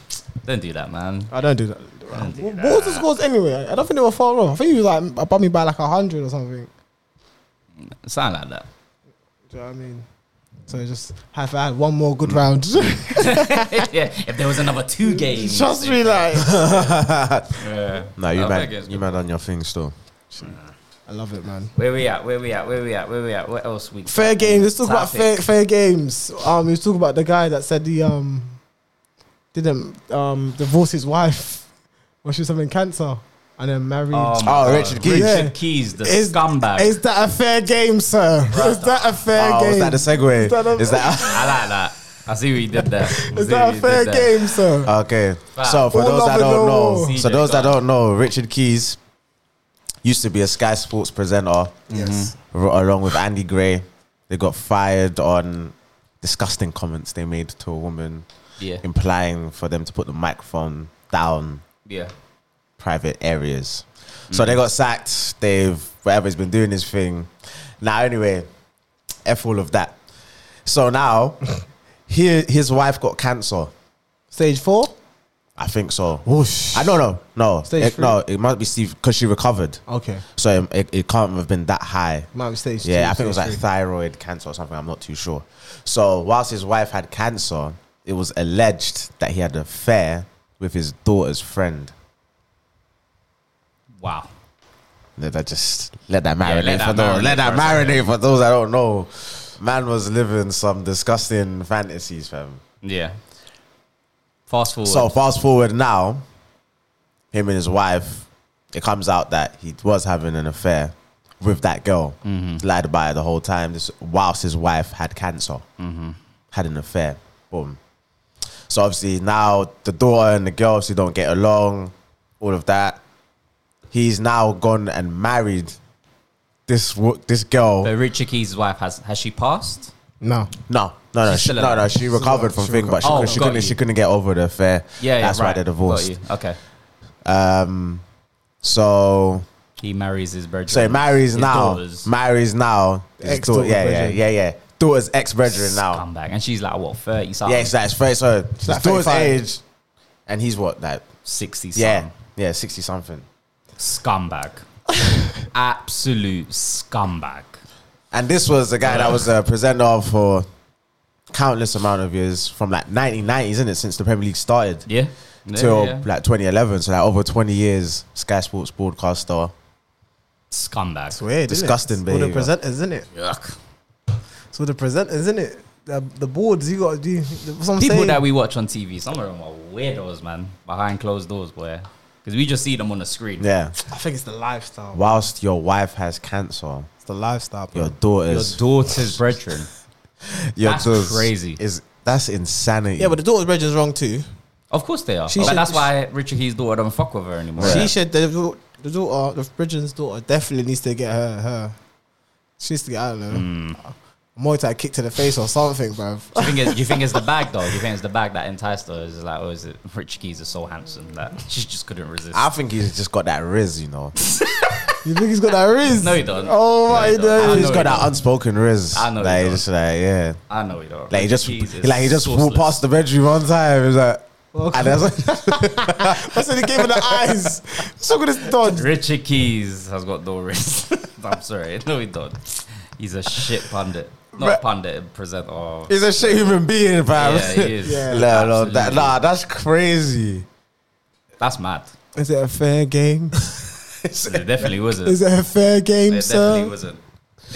S1: Don't do that, man.
S2: I don't do that. What what was the scores anyway? I don't think they were far off. I think he was like above me by like hundred or something.
S1: Sound like that.
S2: Do you know what I mean? So it's just have I had one more good round.
S1: yeah, if there was another two games.
S2: Trust me, like
S1: Yeah.
S3: No, you
S1: Oh,
S3: man,
S1: that game's
S3: you
S1: good.
S3: man on your thing still.
S2: I love it, man.
S1: Where we at? Where we at? Where we at? Where we at? What else we?
S2: Fair games. Let's talk about fair,
S1: Traffic.
S2: fair games. Um, we was talking about the guy that said he um didn't um divorce his wife when she was having cancer and then married.
S1: Oh, my
S3: Oh,
S1: God.
S3: Richard Keys.
S2: Yeah.
S1: Richard Keys, the
S2: Is-
S1: scumbag.
S2: Is that a fair game, sir? Is that a fair
S3: Oh,
S2: game?
S3: is that the
S2: Is that a-
S3: segue? Is that
S1: I like that. I see what you did there. I
S2: Is
S1: see what
S2: that a
S1: you
S2: fair
S1: did there.
S2: game, sir?
S3: okay? So for
S2: All
S3: those
S2: over the
S3: that don't know,
S2: world.
S3: so those that don't know, Richard Keys used to be a Sky Sports presenter.
S2: yes.
S3: ro- along with Andy Gray. They got fired on disgusting comments they made to a woman,
S1: Yeah,
S3: implying for them to put the microphone down
S1: yeah.
S3: private areas. So they got sacked. They've whatever he's been doing his thing. Now anyway, f all of that. So now, he, his wife got cancer.
S2: Stage four.
S3: I think so.
S2: Whoosh.
S3: I don't know. No,
S2: Stage
S3: It-
S2: three.
S3: no. It must be Steve because she recovered.
S2: Okay.
S3: So it, it can't have been that high.
S2: Might be stage two.
S3: Yeah, I think it was
S2: stage
S3: like
S2: three.
S3: thyroid cancer or something. I'm not too sure. So, whilst his wife had cancer, it was alleged that he had an affair with his daughter's friend.
S1: Wow.
S3: Let that just let that
S1: Yeah,
S3: marinate
S1: let that
S3: for those.
S1: marinate
S3: Let
S1: for
S3: that
S1: a second.
S3: marinate for those I don't know. Man was living some disgusting fantasies, fam.
S1: Yeah. Fast forward.
S3: So fast forward now, him and his wife, it comes out that he was having an affair with that girl.
S1: Mm-hmm.
S3: Lied about it the whole time. This whilst his wife had cancer,
S1: Mm-hmm.
S3: had an affair. Boom. So obviously now the daughter and the girl obviously don't get along. All of that. He's now gone and married this wo- this girl.
S1: but Richard Keys' wife has has she passed?
S2: No.
S3: No, no, no,
S1: She's
S3: she,
S1: still
S3: no, no.
S1: alive.
S3: She recovered from
S2: She
S3: thing, but she,
S1: recovered.
S3: cou-
S1: Oh,
S3: she
S1: got
S3: couldn't.
S1: you.
S3: She couldn't get over the affair.
S1: Yeah, yeah.
S3: that's why
S1: right.
S3: they
S1: Got
S3: divorced.
S1: you. Okay.
S3: Um, so
S1: He marries his brethren.
S3: so he marries
S1: His
S3: now.
S1: daughters.
S3: Marries now. His
S2: Ex-daughter
S3: daughter- yeah, yeah,
S2: brethren.
S3: yeah, yeah. Daughter's ex brethren now.
S1: Scumbag. And she's like what thirty something.
S3: Yeah, it's like it's first. So his
S2: like
S3: daughter's
S2: 35.
S3: age, and he's what like
S1: sixty.
S3: yeah,
S1: Yeah.
S3: yeah, sixty something.
S1: Scumbag. Absolute scumbag.
S3: And this was the guy that was a presenter for countless amount of years from like 1990s, isn't it? Since the Premier League started.
S1: Yeah. Yeah,
S3: till
S1: yeah.
S3: like 2011. So like over 20 years, Sky Sports broadcaster.
S2: It's
S1: scumbag.
S2: weird. innit?
S3: Disgusting
S2: It's all the
S3: behaviour.
S2: presenters, isn't it?
S1: Yuck.
S2: It's all the presenters, isn't it? The, the boards you got to do. That's what I'm
S1: People
S2: saying.
S1: that we watch on TV, some of them are weirdos, man. Behind closed doors, boy. Because we just see them on the screen.
S3: Yeah.
S2: I think it's the lifestyle.
S3: Whilst your wife has cancer,
S2: It's the lifestyle.
S3: your
S2: Bro.
S1: Your
S3: daughter's
S1: daughter's brethren.
S3: your
S1: that's
S3: daughter's
S1: crazy.
S3: Is that's insanity?
S2: Yeah, but the daughter's bridge is wrong too.
S1: Of course they are.
S2: She
S1: But
S2: should-
S1: that's why Richard Keys' daughter don't fuck with her anymore.
S2: She should. The, dau- the daughter, the Bridget's daughter, definitely needs to get her. her. She needs to get. I don't know.
S1: Hmm.
S2: a Muay Thai kick to the face or something, bruv.
S1: Do you, think it's, do you think it's the bag though? Do you think it's the bag that enticed her? Is it like, oh, is it Richard Keys is so handsome that she just couldn't resist?
S3: I think he's just got that riz, you know.
S2: You think he's got that riz?
S1: No, he don't.
S2: Oh
S1: No,
S2: my
S1: he don't.
S2: days.
S1: I
S3: he's
S1: know
S3: got
S1: he
S3: that
S1: don't.
S3: unspoken riz.
S1: I know he
S3: Like,
S1: don't.
S3: just like yeah,
S1: I know you don't.
S3: like he
S1: Richard
S3: just
S1: Keys is
S3: like he just walked
S1: sourceless.
S3: past the bedroom one time. It was like.
S2: Welcome.
S3: And that's like,
S2: I said he gave her the eyes. So good as dodge.
S1: Richard Keys has got no wrist. I'm sorry, no, he don't. He's a shit pundit,
S3: Right.
S1: not pundit presenter. Oh,
S3: he's a shit human being, fam.
S1: yeah, he is.
S2: Yeah.
S3: no, no, that,
S1: Absolutely.
S3: nah, that's crazy.
S1: That's mad.
S2: Is it a fair game?
S1: It definitely wasn't.
S2: Is it a fair game,
S1: It definitely
S2: sir?
S1: wasn't.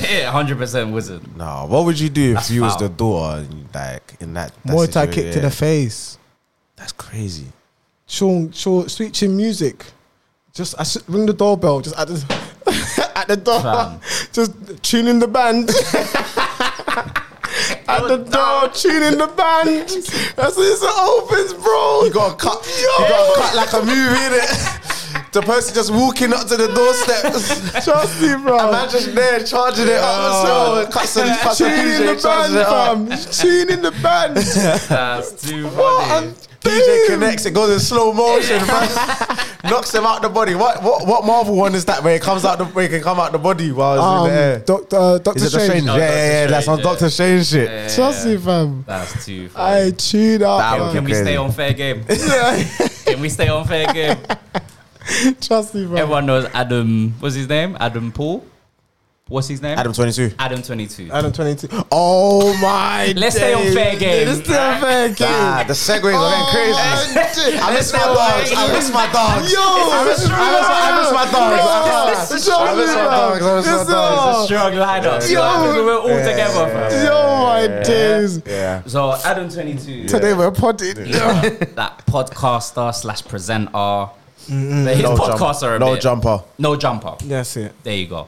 S1: It 100 percent wasn't.
S3: No, what would you do if
S1: That's
S3: you was
S1: foul.
S3: the daughter, and you, like in that? that
S2: Muay Thai kick
S3: situation?
S2: to
S3: Yeah.
S2: the face.
S3: That's crazy.
S2: Sean, Sean, sweet chin music. Just I should ring the doorbell. Just at the at the door.
S1: Fam.
S2: Just tune in the band. at the door, tune in the band. That's as it opens, bro.
S3: You gotta cut. You gotta cut like a movie, innit? the person just walking up to the doorstep.
S2: Trust me, bro.
S3: Imagine there charging it up as well. Cut some, cut some
S2: Tune in the
S3: DJ, charging it Oh. up.
S2: band, fam. Tune in the band.
S1: That's too
S2: What?
S1: funny.
S2: And
S3: DJ connects. It goes in slow motion. bruv. Knocks him out the body. What what what Marvel one is that? Where it comes out the where it can come out the body while it's in the air.
S2: Um, Doctor uh, Doctor
S3: Is it the
S2: Strange.
S3: Strange?
S1: No,
S3: yeah,
S1: Doctor
S3: yeah, yeah. That's on
S1: Strange, yeah.
S3: Doctor Strange shit.
S2: Trust me, fam.
S1: That's too funny.
S2: I tune
S3: That
S2: out.
S3: would
S1: Can
S2: fam.
S1: we stay
S3: Crazy.
S1: on fair game? Can we stay on fair game?
S2: Trust me, fam.
S1: Everyone knows Adam. What's his name? Adam Paul. What's his name?
S3: Adam twenty two.
S1: Adam twenty two.
S2: Adam 22. Oh my
S1: Let's stay on
S2: days.
S1: fair game.
S2: Let's stay on fair game.
S3: Ah, the segues are getting crazy.
S2: crazy.
S3: I miss my
S1: Let's
S3: dogs. I miss my dogs.
S2: Yo,
S3: I miss, I miss, I miss my dogs.
S2: Yo,
S3: I miss my dogs. I miss my
S2: Listen.
S3: dogs.
S1: Strong lineup.
S2: Yo.
S1: Yo, we're all together. fam.
S2: Yo, my days.
S3: Yeah.
S1: So Adam twenty two.
S2: Today we're potted.
S1: that podcaster slash presenter. But His
S3: Mm-hmm. No
S1: podcasts are a
S3: jump- no
S1: bit-
S3: jumper.
S1: No jumper.
S2: That's it.
S1: There you go.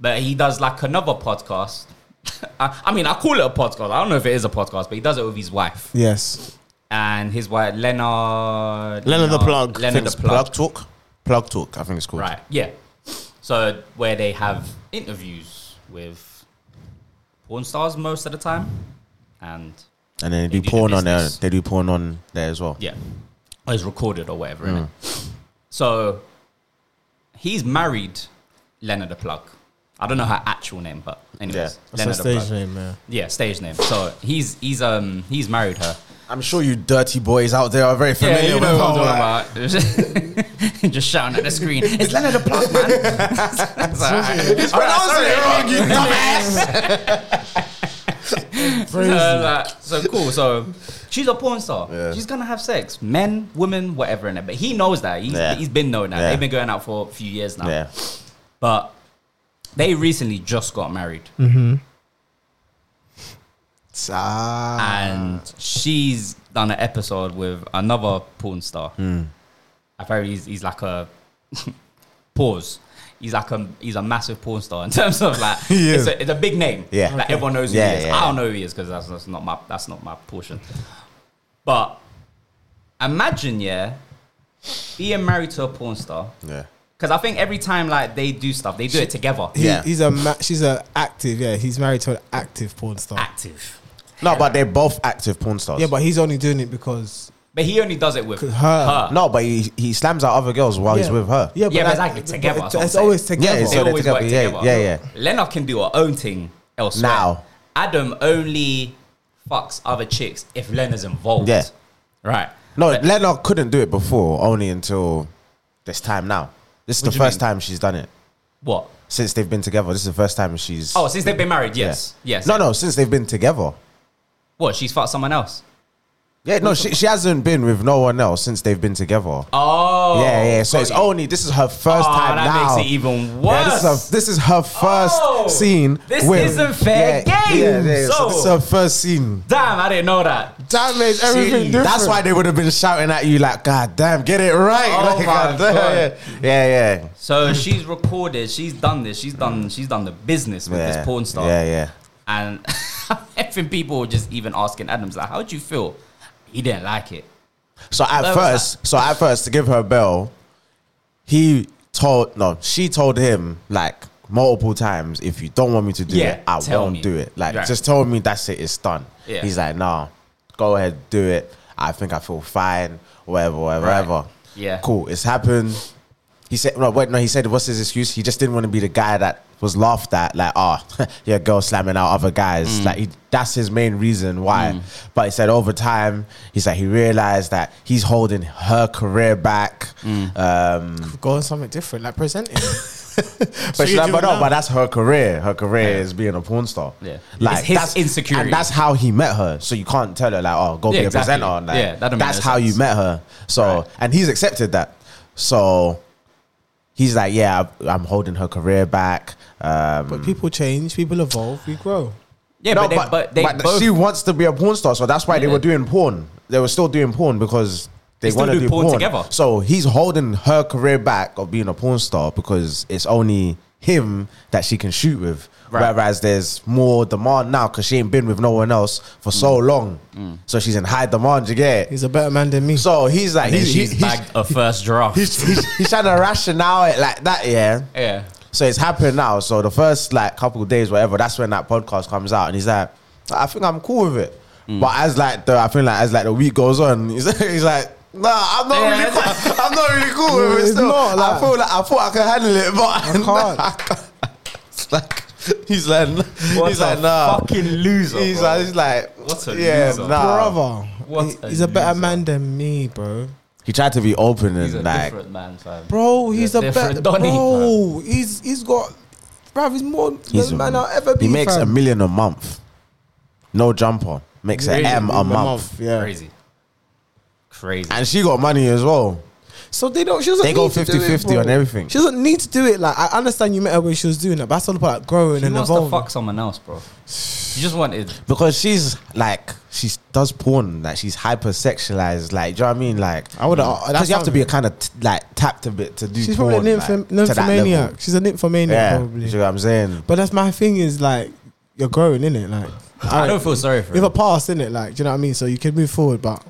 S1: But he does like another podcast. I, I mean, I call it a podcast. I don't know if it is a podcast, but he does it with his wife
S2: Yes.
S1: and his wife, Leonard.
S3: Leonard the plug.
S1: Leonard the
S3: Thinks
S1: plug.
S3: talk. Plug talk. I think it's called.
S1: Right. Yeah. So where they have interviews with porn stars most of the time, and
S3: And then they do
S1: do the
S3: porn on there.
S1: business.
S3: They do porn on there as well.
S1: yeah, or it's recorded or whatever. innit? So he's married Leonard the plug. I don't know her actual name, but anyways,
S3: Yeah.
S1: Leonard the plug.
S2: name, man.
S1: Yeah, stage name. So he's he's um he's married her.
S3: I'm sure you dirty boys out there are very familiar with
S1: what
S3: all that.
S1: I'm talking about. Just shouting at the screen. It's Leonard the Plug, man. That's all right. It's
S3: Pronounce it wrong, you dumbass.
S1: So, like, so cool. So she's a porn star.
S3: Yeah.
S1: She's gonna have sex, men, women, whatever. In it, but he knows that. He's,
S3: Yeah.
S1: he's been knowing that.
S3: Yeah.
S1: They've been going out for a few years now.
S3: Yeah.
S1: But they recently just got married, and she's done an episode with another porn star.
S3: Hmm.
S1: Apparently, he's, he's like a pause. He's like a he's a massive porn star in terms of like
S3: He
S1: it's,
S3: is.
S1: a, it's a big name.
S3: Yeah.
S1: like
S3: Okay.
S1: everyone knows who
S3: Yeah,
S1: he is.
S3: yeah,
S1: I don't know who he is because that's, that's not my that's not my portion. But imagine yeah, being married to a porn star.
S3: Yeah.
S1: Because I think every time like they do stuff, they do it together.
S2: He,
S3: Yeah.
S2: He's a ma- she's a active. Yeah, he's married to an active porn star.
S1: Active,
S3: No, but they're both active porn stars.
S2: yeah, but he's only doing it because
S1: but he only does it with her.
S2: 'Cause her.
S3: no, but he, he slams out other girls while Oh, he's
S2: Yeah.
S3: with her.
S2: Yeah, but,
S1: Yeah, but
S2: that-
S1: exactly, together,
S2: it-
S1: that's what I'm
S2: it's
S1: saying.
S2: always
S1: Yeah,
S2: together.
S3: it's
S1: They
S3: So they're
S1: always
S3: together,
S1: work
S3: yeah,
S1: together.
S3: yeah, yeah.
S1: Lena can do her own thing elsewhere.
S3: Now.
S1: Adam only fucks other chicks if Lena's involved.
S3: Yeah.
S1: Right.
S3: No, Lena couldn't do it before, only until this time now. This is
S1: What
S3: the
S1: do you
S3: first
S1: mean?
S3: time she's done it
S1: What?
S3: since they've been together. This is the first time she's.
S1: Oh, since they've been married,
S3: yeah.
S1: yes. Yes.
S3: No, no, since they've been together.
S1: What? She's fucked someone else.
S3: Yeah, no, she, she hasn't been with no one else since they've been together.
S1: Oh.
S3: yeah, yeah. So
S1: got
S3: it's
S1: you.
S3: only this is her
S1: Oh,
S3: first time
S1: that
S3: now.
S1: makes it even worse.
S3: Yeah, this, is her, this is her first
S1: Oh,
S3: scene.
S1: this
S3: with-
S1: isn't fair
S3: yeah,
S1: game.
S3: Yeah, yeah, so this is
S1: So-
S3: her first scene.
S1: Damn, I didn't know that.
S2: That makes everything
S3: See,
S2: different.
S3: That's why they would have been shouting at you like, "God damn, get it right!"
S1: Oh
S3: Like,
S1: my
S3: "God damn,
S1: God.
S3: Yeah, yeah, yeah.
S1: So she's recorded. She's done this. She's done. She's done the business with
S3: Yeah.
S1: this porn star.
S3: Yeah, yeah.
S1: And I think people were just even asking Adams, like, how do you feel? He didn't like it.
S3: So at
S1: Where was
S3: first, so at first to give her a bell, he told no, she told him like multiple times, if you don't want me to do
S1: Yeah,
S3: it, I
S1: tell
S3: won't
S1: me."
S3: do it. Like
S1: Right.
S3: just tell me that's it, it's done.
S1: Yeah.
S3: He's like, nah, go ahead, do it. I think I feel fine, whatever, whatever,
S1: Right.
S3: whatever.
S1: Yeah.
S3: Cool, it's happened. He said no, wait, no, he said what's his excuse? He just didn't want to be the guy that was laughed at, like, oh, your girl slamming out other guys. Like he, that's his main reason why. But he said over time, he said he realized that he's holding her career back. Um
S2: go on something different, like presenting.
S3: but, she
S2: you
S3: like,
S2: do
S3: but
S2: it
S3: no,
S2: now?
S3: but that's her career. Her career is being a porn star.
S1: Yeah.
S3: like
S1: It's his
S3: that's,
S1: insecurity.
S3: and that's how he met her. So you can't tell her like, oh, go
S1: Yeah,
S3: be a
S1: exactly.
S3: presenter. Like,
S1: Yeah, that don't make
S3: that's
S1: no
S3: how you
S1: sense.
S3: met her. So
S1: Right.
S3: and he's accepted that. So he's like, yeah, I- I'm holding her career back. Um,
S2: but people change, people evolve, we grow.
S1: Yeah,
S3: no,
S1: but, they, but they both
S3: she wants to be a porn star, so that's why they
S1: Yeah.
S3: were doing porn. They were still doing porn because they,
S1: They still
S3: want to
S1: do
S3: do,
S1: porn
S3: porn,
S1: together.
S3: So he's holding her career back of being a porn star because it's only him that she can shoot with.
S1: Right.
S3: Whereas there's more demand now because she ain't been with no one else for so
S1: Mm.
S3: long, so she's in high demand. You get it?
S2: He's a better man than me.
S3: So he's like
S1: and then
S3: he's,
S1: she's
S3: he's, he's,
S1: bagged a first draft.
S3: he's, he's, he's trying to rationale it like that. Yeah.
S1: yeah.
S3: So it's happened now. So the first like couple of days, whatever, that's when that podcast comes out, and he's like, I think I'm cool with it. But as like the I feel like as like the week goes on, he's, he's like. Nah, I'm not
S1: Yeah,
S3: really.
S1: it's-
S3: Cool. I'm not really cool with it.
S2: It's
S3: Still,
S2: not,
S3: I
S2: like-
S3: feel like I thought I could handle it, but I
S2: can't.
S3: it's like he's like,
S1: What
S3: he's
S1: a
S3: like, nah.
S1: fucking loser.
S3: He's
S1: bro.
S3: like, he's like,
S1: What a
S3: yeah,
S1: loser.
S3: nah.
S2: brother.
S1: What
S2: he-
S1: a
S2: he's a better
S1: loser.
S2: man than me, bro.
S3: He tried to be open
S1: he's a
S3: and like,
S1: different man, fam.
S2: Bro,
S1: He's
S2: he's
S1: a
S2: a better
S1: different Donny,
S2: bro. He's he's got, bro. He's more
S3: He's
S2: than
S3: a-
S2: man I'll ever be.
S3: he makes a
S2: fam.
S3: million a month. No jumper makes an
S1: Really?
S3: M a
S2: A
S3: month,
S2: yeah.
S1: Crazy, crazy.
S3: and she got money as well.
S2: So they don't. She doesn't.
S3: They go
S2: need to do it,
S3: 50-50 on
S2: bro.
S3: everything.
S2: She doesn't need to do it. Like I understand you met her when she was doing it, but that's all about like, growing
S1: He
S2: and
S1: wants
S2: evolving.
S1: to fuck someone else, bro. He just wanted.
S3: because she's like she does porn like she's hypersexualized like do you know what I mean like
S2: I would've- uh,
S3: because
S2: that's
S3: you have to
S2: something.
S3: be a kind of t- like tapped a bit to do
S2: She's
S3: porn,
S2: probably a nymph-
S3: like, to that level.
S2: nymphomaniac. She's a nymphomaniac
S3: yeah
S2: probably.
S3: you know what I'm saying
S2: But that's my thing is like you're growing in it. Like
S1: I don't feel sorry for
S2: you have a
S1: him.
S2: past in it. Like do you know what I mean? So you can move forward, but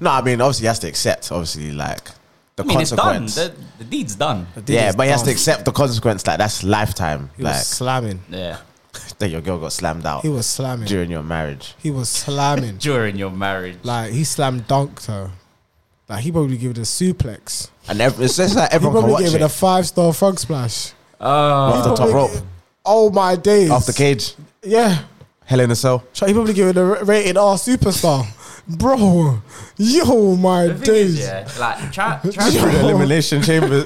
S3: no I mean obviously he has to accept obviously like the
S1: I mean, it's done.
S3: consequence
S1: The, the deed's done.
S3: yeah
S2: Dude,
S3: but he has to
S2: it's
S3: accept the consequence like that's lifetime
S2: He
S3: like
S2: was slamming.
S1: Yeah.
S3: that your girl got slammed out
S2: He was slamming.
S3: during your marriage
S2: He was slamming.
S1: During your marriage,
S2: like he slammed dunked her. Like he probably gave it a suplex.
S3: and ev- it's just like
S2: He
S3: everyone can
S2: probably
S3: watch
S2: gave
S3: it
S2: it a five star frog splash.
S1: uh,
S3: off the top
S2: probably-
S3: rope
S2: Oh my days!
S3: off the cage
S2: Yeah,
S3: hell in a cell
S2: Try- he probably gave it a ra- rated R superstar, bro. Yo, my
S1: the thing is,
S2: days!
S1: yeah, like try,
S3: through
S1: try.
S2: Oh.
S3: the elimination chamber.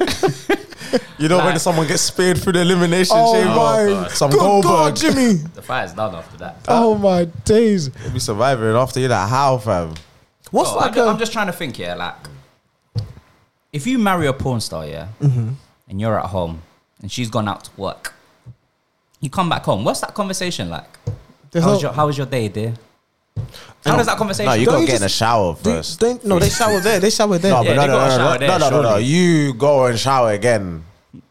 S3: you know when
S1: Like-
S3: someone gets speared through the elimination
S2: Oh
S3: chamber.
S2: my
S3: Some
S2: good
S3: Goldberg.
S2: God, Jimmy!
S1: the fire's done after that.
S2: Oh my days!
S3: You'll be surviving after you're like, how, fam?
S2: What's
S1: Oh, I
S2: like
S1: ju-
S2: a
S1: I'm just trying to think, yeah, like if you marry a porn star, yeah,
S2: Mm-hmm.
S1: and you're at home and she's gone out to work, you come back home. What's that conversation like?
S2: there's
S1: how,
S2: no-
S1: was your, how was your day, dear? How does that conversation?
S3: No, you
S2: Don't
S3: gotta
S2: you
S3: get in
S2: just-
S3: the shower
S2: do-
S3: first.
S2: don't- no, they shower there. They shower there.
S3: no,
S1: Yeah,
S3: but no,
S1: they
S3: no,
S1: gotta
S3: no,
S1: shower
S3: no,
S1: there,
S3: no, no, no, no.
S1: surely.
S3: You go and shower again.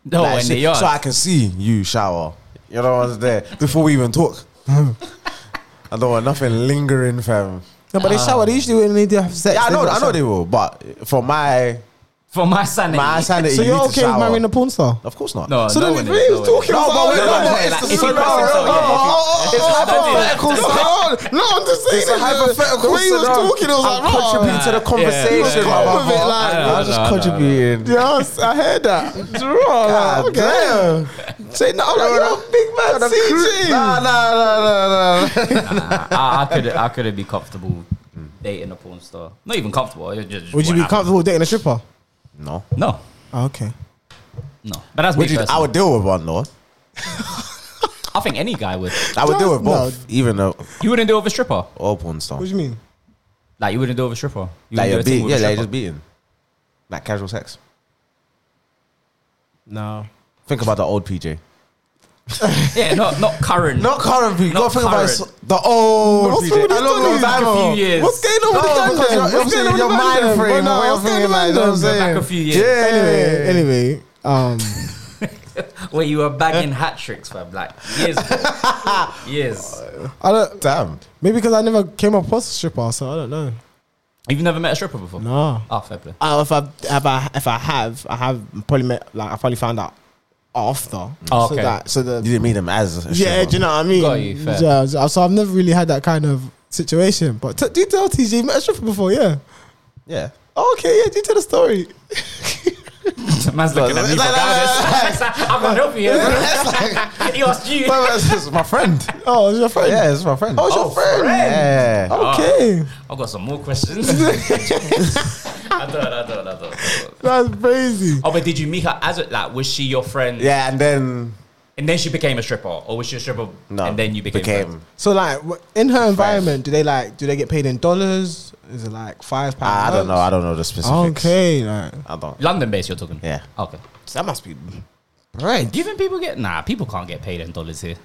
S1: no,
S3: Like,
S1: in
S3: so,
S1: the yard.
S3: so I can see you shower. You know what's there before we even talk. I don't want nothing lingering, fam.
S2: no, but they shower. They usually when they do have sex.
S3: Yeah, I
S2: they
S3: know,
S2: got
S3: I know
S2: shower.
S3: they will, but for my
S1: for my sanity.
S3: my sanity,
S2: So
S3: you
S2: you're
S3: need to
S2: okay with
S3: shower.
S2: marrying a porn star?
S3: Of course not.
S1: no,
S2: So
S1: no one
S2: then if
S1: is,
S2: he
S1: no
S2: was
S1: one is.
S2: talking
S3: No,
S2: about
S3: but wait,
S1: no, no,
S3: it's
S1: like,
S3: the
S1: if he
S3: same-
S1: crosses himself, yeah,
S3: no,
S1: if he- if
S3: oh, oh,
S1: he- don't
S3: oh,
S1: do that.
S3: hypothetical scenario.
S2: No, I'm just saying.
S3: It's a
S2: that
S3: hypothetical
S2: The way he was
S3: scenario.
S2: talking, I was
S3: I'm
S2: like, "Rah."
S3: contributing to the conversation.
S2: yeah, yeah.
S3: brother.
S2: With it, like-
S3: I was
S1: No,
S3: just
S1: no, no,
S3: contributing.
S2: Yes, I heard that.
S3: God
S2: Draw,
S3: damn.
S2: Say no, I'm like, you're a big man, CG.
S3: Nah, nah, nah, nah, nah.
S1: I, I could I couldn't be comfortable dating a porn star. Not even comfortable. it Just,
S2: Would you be
S1: wouldn't happen.
S2: comfortable dating a stripper?
S3: No.
S1: No,
S2: Oh, okay.
S1: no. But that's me
S3: Would you, I
S1: personally.
S3: would deal with one though.
S1: I think any guy would.
S3: I would deal with
S2: No.
S3: both, even a
S1: You wouldn't do it with a stripper.
S3: all porn star.
S2: What do you mean?
S1: Like you wouldn't do it with a stripper. You wouldn't do
S3: Like you're
S1: a thing
S3: beating,
S1: with a
S3: yeah, like you're
S1: stripper.
S3: just beating, like casual sex.
S2: No.
S3: Think about the old PJ.
S1: Yeah, not not current.
S3: Not current PJ.
S1: Not
S3: Gotta think about
S1: current.
S3: s- the old
S2: What's
S3: PJ.
S2: wrong with
S3: I
S2: these
S3: love
S2: Donnies?
S3: those
S1: Back
S3: time
S1: a
S3: old.
S1: few years.
S2: What's going on with
S3: No,
S2: the gang
S3: because you're-
S2: then? What's
S3: obviously
S2: going on with
S3: your
S2: the gang
S3: mind
S2: then?
S3: frame,
S2: Well, no,
S3: the way
S2: what's
S3: you're
S2: going
S3: thinking,
S2: on
S3: like,
S2: then?
S3: those-
S1: Back a few years.
S3: Yeah.
S2: Anyway, anyway, um,
S1: Where you were bagging hat tricks, fam. Like years ago. years.
S2: I don't.
S3: Damn.
S2: Maybe because I never came across a stripper, so I don't know.
S1: You've never met a stripper before?
S2: No.
S1: Oh, fair play.
S2: Uh, if I if I if I have, I have probably met like I probably found out after.
S1: Oh,
S2: So
S1: okay.
S2: that so the
S3: You didn't meet him as a
S2: Yeah,
S3: stripper.
S2: do you know what I mean?
S1: Got you, fair.
S2: Yeah, so so I've never really had that kind of situation. But t- do you tell TJ you met a stripper before? Yeah.
S3: yeah.
S2: Oh, okay, yeah. Do you tell the story?
S1: Man's looking at me.
S3: It's like-
S1: regardless. I'm not helping you. He asked you.
S3: But it's it's my friend.
S2: Oh, it's your friend.
S3: Yeah, it's my friend.
S2: Oh, it's your friend. Oh.
S3: Yeah.
S2: Okay,
S1: I've got some more questions. I don't, I don't, I don't.
S2: that's crazy.
S1: Oh, but did you meet her as a, like, was she your friend?
S3: Yeah, and then
S1: And then she became a stripper? Or was she a stripper
S3: no,
S1: and then you became, friends?
S2: So like wh- in her environment, do they like do they get paid in dollars? Is it like five
S3: I, I
S2: pounds?
S3: don't know. I don't know the specifics.
S2: Okay, like
S3: I don't.
S1: London based, you're talking?
S3: Yeah.
S1: Okay.
S2: that must be right.
S1: Do you think people get. Nah, people can't get paid in dollars here.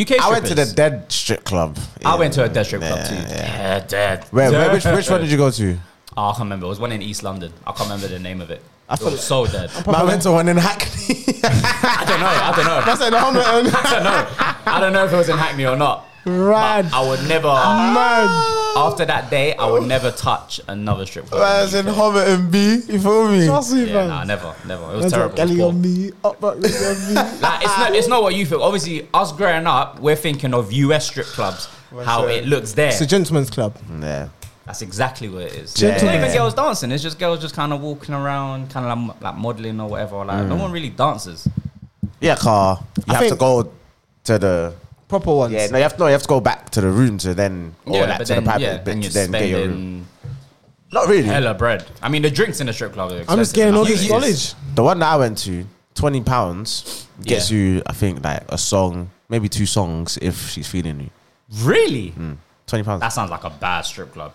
S1: UK
S3: I went to the
S1: strippers.
S3: dead strip club.
S1: I went to a dead strip club
S3: Yeah,
S1: too.
S3: yeah.
S1: Yeah, dead.
S3: Where, where- which, which one did you go to?
S1: Oh, I can't remember. It was one in East London. I can't remember the name of it. I
S3: feel
S1: feel so dead.
S3: I went to one in Hackney.
S1: I don't know. I don't know.
S2: That's an helmet
S1: I don't know. I don't know if it was in Hackney or not.
S2: and rad
S1: I would never.
S2: man.
S1: After that day, I would never touch another strip club.
S3: I was in Homer and B. You feel me?
S2: Trust me,
S1: yeah,
S2: man.
S1: nah, never, never. It was
S2: That's
S1: terrible.
S2: like Ellie
S1: Poor.
S2: on me, up on me.
S1: Like, it's not. It's not what you think. Obviously, us growing up, we're thinking of US strip clubs, how it looks there.
S2: It's a gentleman's club.
S3: Yeah.
S1: That's exactly what it is.
S2: Yeah.
S1: It's not even
S2: Yeah.
S1: girls dancing. It's just girls just kind of walking around, kind of like, like modeling or whatever. Like no one really dances.
S3: Mm. Yeah, car. You
S2: I
S3: have to
S2: think-
S3: go to the.
S2: Proper ones.
S3: Yeah, no, you have no, you have to go back to the room to then, or like to the private bit
S1: and
S3: to
S1: you're
S3: then get your room.
S1: spending
S3: Not really.
S1: hella bread. I mean, the drinks in the strip club. Are
S2: I'm
S1: expensive.
S2: just getting all
S1: That's
S2: this
S1: what it is.
S2: knowledge.
S3: The one that I went to, twenty pounds gets
S1: Yeah.
S3: you, I think, like a song, maybe two songs if she's feeling you.
S1: Really?
S3: Twenty pounds.
S1: That sounds like a bad strip club.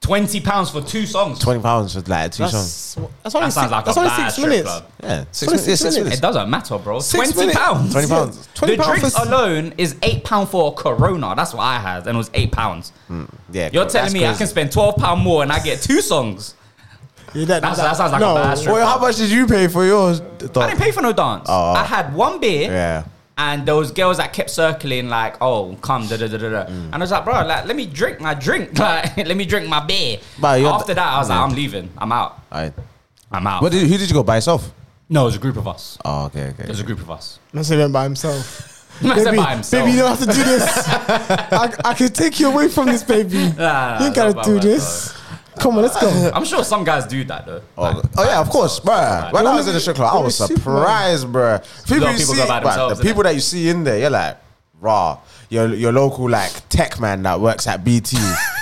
S1: Twenty pounds for two songs.
S3: Twenty pounds for like two songs.
S2: That's, that's only
S1: That sounds
S2: six,
S1: like
S2: that's
S1: a
S2: only
S1: bad
S2: six
S1: strip
S2: minutes.
S1: club.
S3: Yeah, six
S2: only
S3: minutes.
S2: six
S3: Six minutes.
S1: It doesn't matter, bro.
S2: Six
S1: Twenty
S2: minutes.
S1: pounds.
S3: Twenty pounds.
S2: Twenty
S1: the
S2: pounds
S1: drinks
S2: for
S1: alone is eight pound for a Corona. That's what I had, and it was eight pounds.
S3: Yeah,
S1: You're telling
S3: bro, Mm. that's
S1: me I
S3: crazy.
S1: can spend twelve pound more and I get two songs?
S2: Yeah, that,
S1: That's- that sounds like a
S2: no,
S1: bad strip.
S3: Well, how much did you pay for yours?
S1: I didn't pay for no dance.
S3: Oh.
S1: I had one beer,
S3: Yeah.
S1: and there was girls that kept circling like, "Oh, come," da da da da. da.
S3: Mm.
S1: And I was like, "Bro, like, let me drink my drink. Like, let me drink my beer."
S3: But you're-
S1: After that, I was
S3: Yeah.
S1: like, "I'm leaving. I'm out.
S3: Alright.
S1: I'm out."
S3: What did, who did you go by yourself?
S1: no, it was a group of us.
S3: Oh, okay, okay.
S1: It was a group of us.
S2: Not saying by himself.
S1: Man's
S2: Baby,
S1: by himself.
S2: baby, you don't have to do this. I, I can take you away from this,
S1: Nah, nah,
S2: baby. you
S1: nah,
S2: ain't gotta
S1: not by
S2: do
S1: myself.
S2: this. Come on, let's go.
S1: I'm sure some guys do that though.
S3: Oh, oh yeah, of course, bruh. When I was in the strip club, I was
S2: It was Superman.
S3: surprised, bruh. People,
S1: lot of
S3: you
S1: people
S3: see,
S1: go by
S3: bruh,
S1: themselves,
S3: the people
S1: innit?
S3: that you see in there, you're like, raw. Your your local like tech man that works at BT.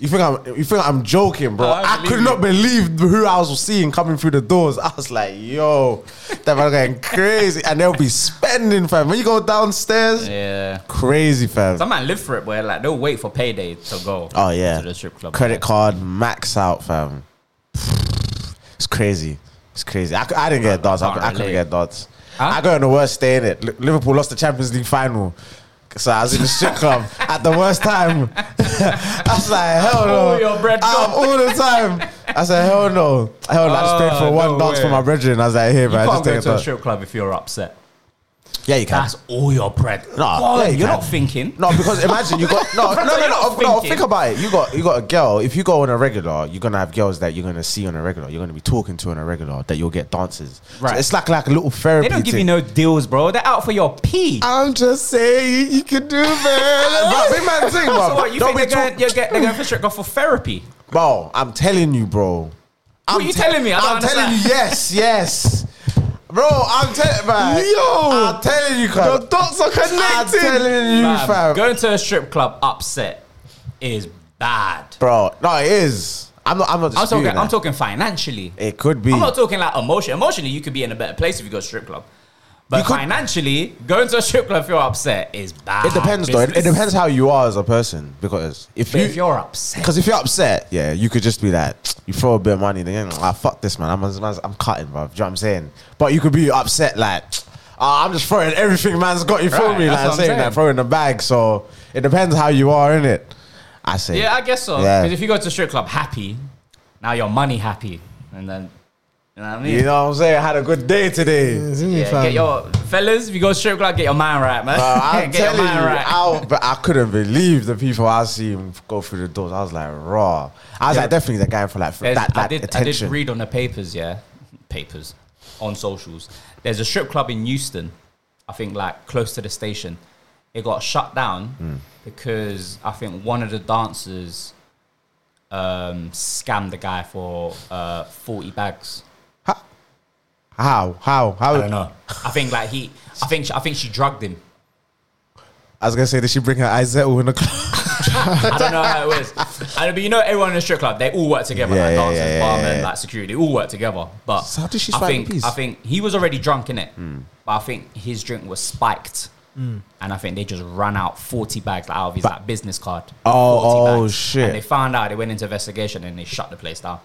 S3: you think I'm you think I'm joking, bro?
S1: I don't
S3: I, could
S1: believe
S3: not
S1: you.
S3: believe who I was seeing coming through the doors. I was like, yo, that man going crazy, and they'll be spending, fam. When you go downstairs,
S1: Yeah.
S3: crazy, fam.
S1: Some man live for it, where like they'll wait for payday to go.
S3: Oh yeah,
S1: to the strip club.
S3: Credit card max out, fam. It's crazy. It's crazy. I, cou- I didn't get dots. I,
S1: can't
S3: I couldn't
S1: relate.
S3: get dots.
S1: Huh?
S3: I got in the worst day in it. Liverpool lost the Champions League final. So I was in the strip club at the worst time. I was like, hell no.
S1: All your bread gone.
S3: I'm all the time. I said, hell no. Hell no. I just paid for
S1: Oh,
S3: one
S1: no
S3: dance for
S1: way.
S3: my brethren. I was like, here,
S1: You
S3: man. I
S1: can't
S3: just
S1: go
S3: take a
S1: to a
S3: dot.
S1: strip Ah, club if you're upset.
S3: Yeah, you can.
S1: That's all your bread.
S3: Nah,
S1: Well,
S3: yeah, you
S1: you're
S3: can.
S1: not thinking.
S3: No, because imagine you got no, no,
S1: That's
S3: no,
S1: what
S3: no,
S1: you're not
S3: no, no.
S1: thinking.
S3: Think about it. You got you got a girl. If you go on a regular, you're gonna have girls that you're gonna see on a regular. You're gonna be talking to on a regular. That you'll get dances. Right.
S1: Right.
S3: it's like like a little therapy.
S1: They don't give you
S3: thing.
S1: no deals, bro. They're out for your pee.
S3: Ah,
S2: I'm just saying, you can do
S3: Uh,
S2: better.
S3: but big man thing, bro.
S1: so what? You
S3: don't
S1: think they're
S3: be talk-
S1: going, you're get, they're going for strip club for therapy?
S3: bro. I'm telling you, bro. I'm
S1: are you telling me? I don't
S3: I'm telling you,
S1: understand.
S3: yes, yes, bro. I'm telling, man.
S2: Yo.
S3: I'm telling you,
S2: Your
S3: cuz.
S2: dots are
S3: I'm
S2: connected.
S3: telling you,
S1: Fam,
S3: Mm, fam.
S1: Going to a strip club upset is bad.
S3: Bro, no, it is. I'm not. I'm not.
S1: I'm talking.
S3: disputing
S1: I'm
S3: that.
S1: talking financially.
S3: It could be.
S1: I'm not talking like emotion. Emotionally, you could be in a better place if you go to a strip club. But
S3: could-
S1: financially, going to a strip club if you're upset is bad.
S3: It depends, though. It, it
S1: business.
S3: depends how you are as a person. Because if
S1: But
S3: you,
S1: if you're upset,
S3: because if you're upset, yeah, you could just be like, you throw a bit of money, then you're like, ah, fuck this, man. I'm, I'm, I'm cutting, bro. Do you know what I'm saying? But you could be upset, like, ah, I'm just throwing everything, man's got you for
S1: Right,
S3: me,
S1: that's
S3: like I'm
S1: what I'm
S3: saying,
S1: saying.
S3: like throwing the bag. So it depends how you are in it. I say,
S1: yeah, I guess so.
S3: Yeah.
S1: Because if you go to a strip club happy, now you're money happy, and then you know what I mean.
S3: you know what I'm saying. I had a good day today.
S1: Yeah, get your fellas. If you go to strip club, get your mind right, man.
S3: Bro, Uh, I'm
S1: get your
S3: telling you,
S1: mind right.
S3: I, but I couldn't believe the people I seen go through the doors. I was like, raw. I was like, definitely they're going for like
S1: There's-
S3: that,
S1: I
S3: that
S1: did. I
S3: attention.
S1: did read on the papers. Yeah, papers on socials. There's a strip club in Euston. I think like close to the station. It got shut down
S3: Hmm.
S1: because I think one of the dancers um, scammed the guy for uh, forty bags.
S3: How? How? How?
S1: I don't know. I think like he. I think she, I think she drugged him.
S3: I was gonna say, did she bring her Izzettle in the club?
S1: I don't know how it was. I, but you know, everyone in the strip club, they all work together.
S3: Yeah,
S1: like
S3: yeah,
S1: dancers,
S3: yeah, yeah,
S1: barmen,
S3: yeah.
S1: like security, they all work together. But
S3: So how did she
S1: I
S3: strike the
S1: think,
S3: peace? Hmm.
S1: I think he was already drunk in it, but I think his drink was spiked, and I think they just ran out forty bags like, out of his like business card. 40
S3: Oh, oh,
S1: bags.
S3: shit.
S1: And they found out. They went into investigation and they shut the place down.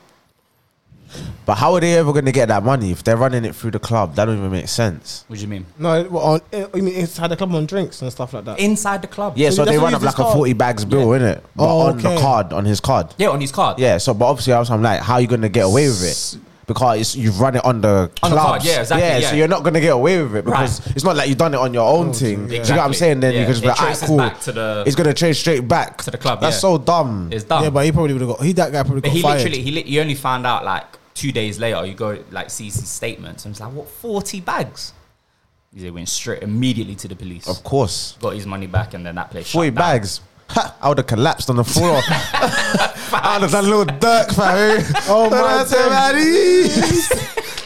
S3: But how are they ever gonna get that money if they're running it through the club? That don't even make sense.
S1: What do you mean?
S2: No, well, on, I mean, it's had a club on drinks and stuff like that.
S1: Inside the club?
S3: Yeah, so,
S2: So
S3: they
S2: that's what
S3: run
S2: you
S3: up like
S2: just
S3: a
S2: got-
S3: forty bags bill, in innit? But
S2: Oh,
S3: on the
S2: okay.
S3: card, on his card.
S1: yeah, on his card.
S3: Yeah. So, but obviously, I was, I'm like, how are you gonna get away with it? Because it's, you've run it on the
S1: On the card,
S3: clubs.
S1: yeah, exactly, yeah.
S3: So you're not gonna get away with it because it's not like you've done it on your own thing. Do you get what I'm
S1: Exactly.
S3: saying? Then
S1: Yeah,
S3: you can just be
S1: it
S3: like, alright,
S1: traces
S3: cool.
S1: back to the-
S3: it's gonna trace straight back
S1: To the club,
S3: That's
S1: yeah.
S3: so dumb.
S1: it's done.
S2: Yeah, but he probably would have got. He that guy probably
S1: But
S2: got
S1: he
S2: fired.
S1: literally, he lit you only found out like two days later. You go like see his statements, and it's like, what, forty bags? He said, went straight immediately to the police,
S3: of course,
S1: got his money back, and then that place.
S3: forty
S1: shut down.
S3: bags. Ha, I would have collapsed on the floor. I would have done a little Dirk, fam.
S2: Oh my
S3: That's
S2: days.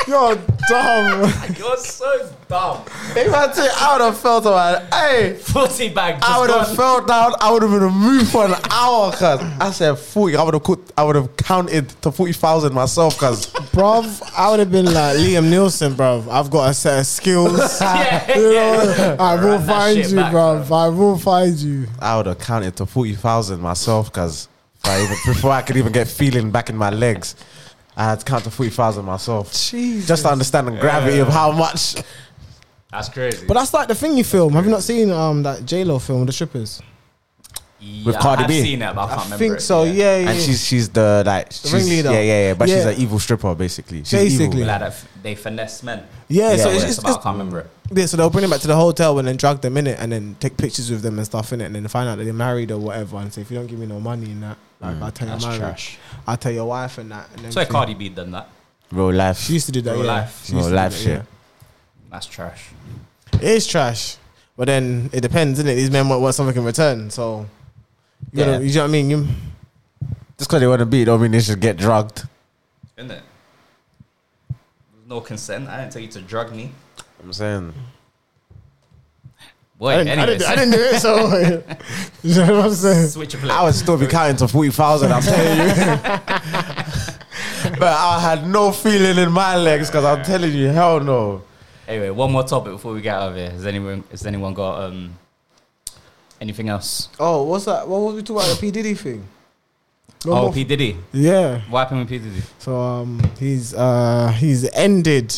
S2: You're dumb.
S1: You're so dumb.
S3: If I take, I would have felt like, hey,
S1: Forty bag. Just
S3: I would have
S1: gone.
S3: fell down. I would have been removed for an hour, cause I said forty. I would have cooked, I would have counted to forty thousand myself, cause
S2: bruv, I would have been like Liam Nielsen, bruv. I've got a set of skills.
S1: Yeah,
S2: You
S1: yeah.
S2: know, I will
S1: Run that
S2: find
S1: shit
S2: you,
S1: back,
S2: bruv. I will find you.
S3: I would have counted to forty thousand myself, cause if I even, before I could even get feeling back in my legs, I had to count to forty thousand myself,
S2: Jesus.
S3: just to understand the gravity of how much.
S1: That's crazy.
S2: But that's like the thingy film. Have you not seen um that J Lo film, The Strippers?
S1: yeah,
S3: with Cardi
S1: I've
S3: B.
S1: seen it, but I can't
S2: I
S1: remember.
S2: think
S1: it,
S2: so. Yeah, yeah.
S3: And she's she's the like she's,
S2: ringleader.
S3: Yeah, yeah, yeah. But she's
S2: Yeah.
S3: an evil stripper, basically. She's
S2: Basically.
S3: evil.
S1: Like that f- they finesse men.
S2: yeah,
S3: yeah,
S2: So
S3: yeah.
S2: it's,
S1: It's
S2: it's,
S1: about, I
S2: it's,
S1: can't remember. it.
S2: yeah, so they'll bring them back to the hotel and then drag them in it and then take pictures with them and stuff in it and then find out that they're married or whatever and say if you don't give me no money and that, like I'll tell your
S1: That's
S2: marriage,
S1: trash.
S2: I'll tell your wife and that. And then
S1: So
S2: she-
S1: Cardi B done that.
S3: real life.
S2: She used to do that.
S1: Real
S2: yeah.
S1: life.
S2: She used to
S3: Real
S2: do
S3: life
S2: that,
S3: shit.
S2: yeah.
S1: That's trash.
S2: It is trash. But then it depends, isn't it? These men want, want something in return. So, you,
S1: Yeah.
S2: know, you know what I mean? You,
S3: Just because they want to be, don't mean they should get drugged.
S1: Isn't it? No consent. I didn't tell you to drug me.
S3: I'm saying.
S1: Boy,
S2: I, didn't, I,
S1: anyways,
S2: didn't, I didn't do it, so. you know what I'm saying?
S1: switch a
S3: I
S1: play.
S3: would still be counting to 40,000, I'm telling you. but I had no feeling in my legs because I'm telling you, hell no.
S1: Anyway, one more topic before we get out of here. Has anyone has anyone got um anything else?
S2: Oh, what's that? What was we talking about? The P. Diddy thing? No
S1: Oh,
S2: more-
S1: P Diddy.
S2: yeah.
S1: What happened with P Diddy?
S2: So um, he's uh, he's ended,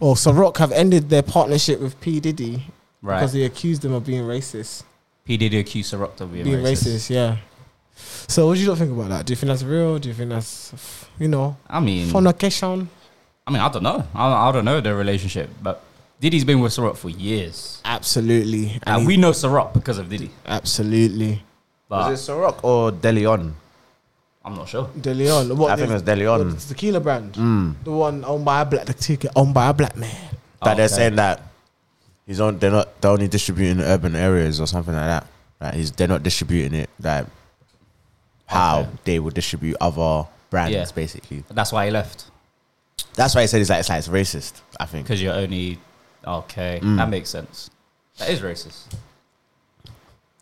S2: or Ciroc have ended their partnership with P. Diddy
S1: Right.
S2: because he accused him of being racist.
S1: P Diddy accused Ciroc of being,
S2: Being
S1: racist.
S2: racist, yeah. So what do you lot think about that? Do you think that's real? Do you think that's, you know,
S1: I mean,
S2: fornication?
S1: I mean, I don't know. I, I don't know their relationship, but Diddy's been with Ciroc for years.
S2: Absolutely.
S1: And
S2: And he-
S1: we know Ciroc because of Diddy,
S2: Absolutely.
S1: but
S3: it Ciroc or Delion?
S1: I'm not sure.
S2: De Leon. What
S3: I think it was Delion.
S2: the tequila brand.
S1: Mm.
S2: The one owned by a black the ticket owned by a black man.
S3: That
S1: Oh,
S3: they're
S1: okay.
S3: saying that he's on, they're not, they're only distributing in urban areas or something like that. Like he's, they're not distributing it like how
S1: Okay.
S3: they would distribute other brands,
S1: Yeah.
S3: basically.
S1: That's why he left
S3: That's why he said he's like, it's, like, it's racist, I think.
S1: because you're only okay.
S3: Mm.
S1: That makes sense. That is racist.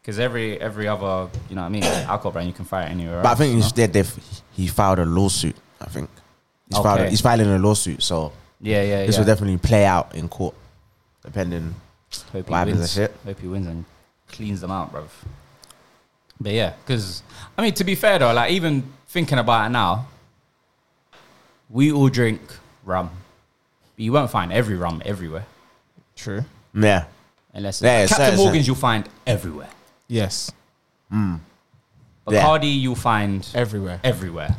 S1: Because every every other, you know what I mean, alcohol brand you can find anywhere.
S3: But I
S1: else,
S3: think
S1: you
S3: he's,
S1: know?
S3: they, they've, he filed a lawsuit, I think. He's, filed,
S1: Okay.
S3: he's filing a lawsuit, so
S1: yeah, yeah, yeah.
S3: this will definitely play out in court, depending.
S1: Hope he
S3: What happens
S1: wins.
S3: and shit.
S1: Hope he wins and cleans them out, bruv. But yeah, because I mean, to be fair though, like even thinking about it now, we all drink rum, but you won't find every rum everywhere.
S2: True.
S3: Yeah,
S1: Unless it's
S3: Yeah,
S1: like
S3: it's
S1: Captain
S3: certain-
S1: Morgan's, you'll find everywhere.
S2: Yes.
S1: Bacardi,
S3: Yeah.
S1: you'll find
S2: Everywhere.
S1: everywhere.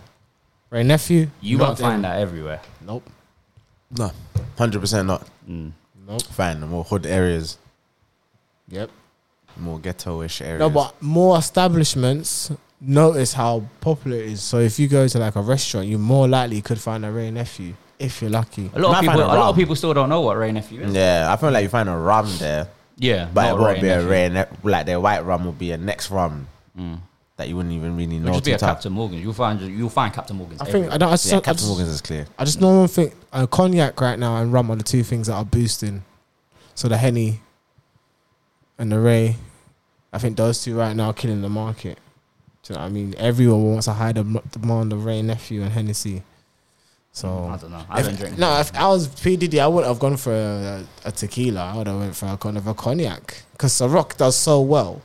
S2: Right, nephew.
S1: You
S2: not
S1: won't
S2: there.
S1: find that everywhere.
S2: Nope.
S3: no, hundred percent not.
S2: Nope.
S3: Fine, the more hood areas,
S2: Yep.
S3: more ghetto-ish areas.
S2: No, but more establishments notice how popular it is. So if you go to like a restaurant, you more likely could find a Ray nephew if you're lucky.
S1: A lot
S3: Might
S1: of people,
S3: find
S1: a lot
S3: a rum.
S1: of people still don't know what Ray Nephew is.
S3: yeah, I feel like you find a rum there,
S1: Yeah,
S3: but
S1: not
S3: it won't
S1: Ray
S3: be a
S1: Nephew.
S3: rare. Ne- like their white rum will be a next rum that you wouldn't even really
S1: It'll
S3: know.
S1: just Mm. be
S3: to
S1: a
S3: tap.
S1: Captain Morgan's. You'll find you'll find Captain Morgan's.
S2: I
S1: everywhere.
S2: think I don't. I just,
S3: Yeah,
S2: I
S3: Captain
S2: just,
S3: Morgan's is clear.
S2: I just normally think uh, cognac right now and rum are the two things that are boosting. So the henny and the ray, I think those two right now are killing the market. Do you know what I mean? Everyone wants a high dem- demand of ray nephew and Hennessy.
S1: I
S2: So
S1: don't know. I don't drink.
S2: no, if I was P Diddy, I wouldn't have gone for a, a tequila. I would have went for a kind of a cognac because Ciroc does so well.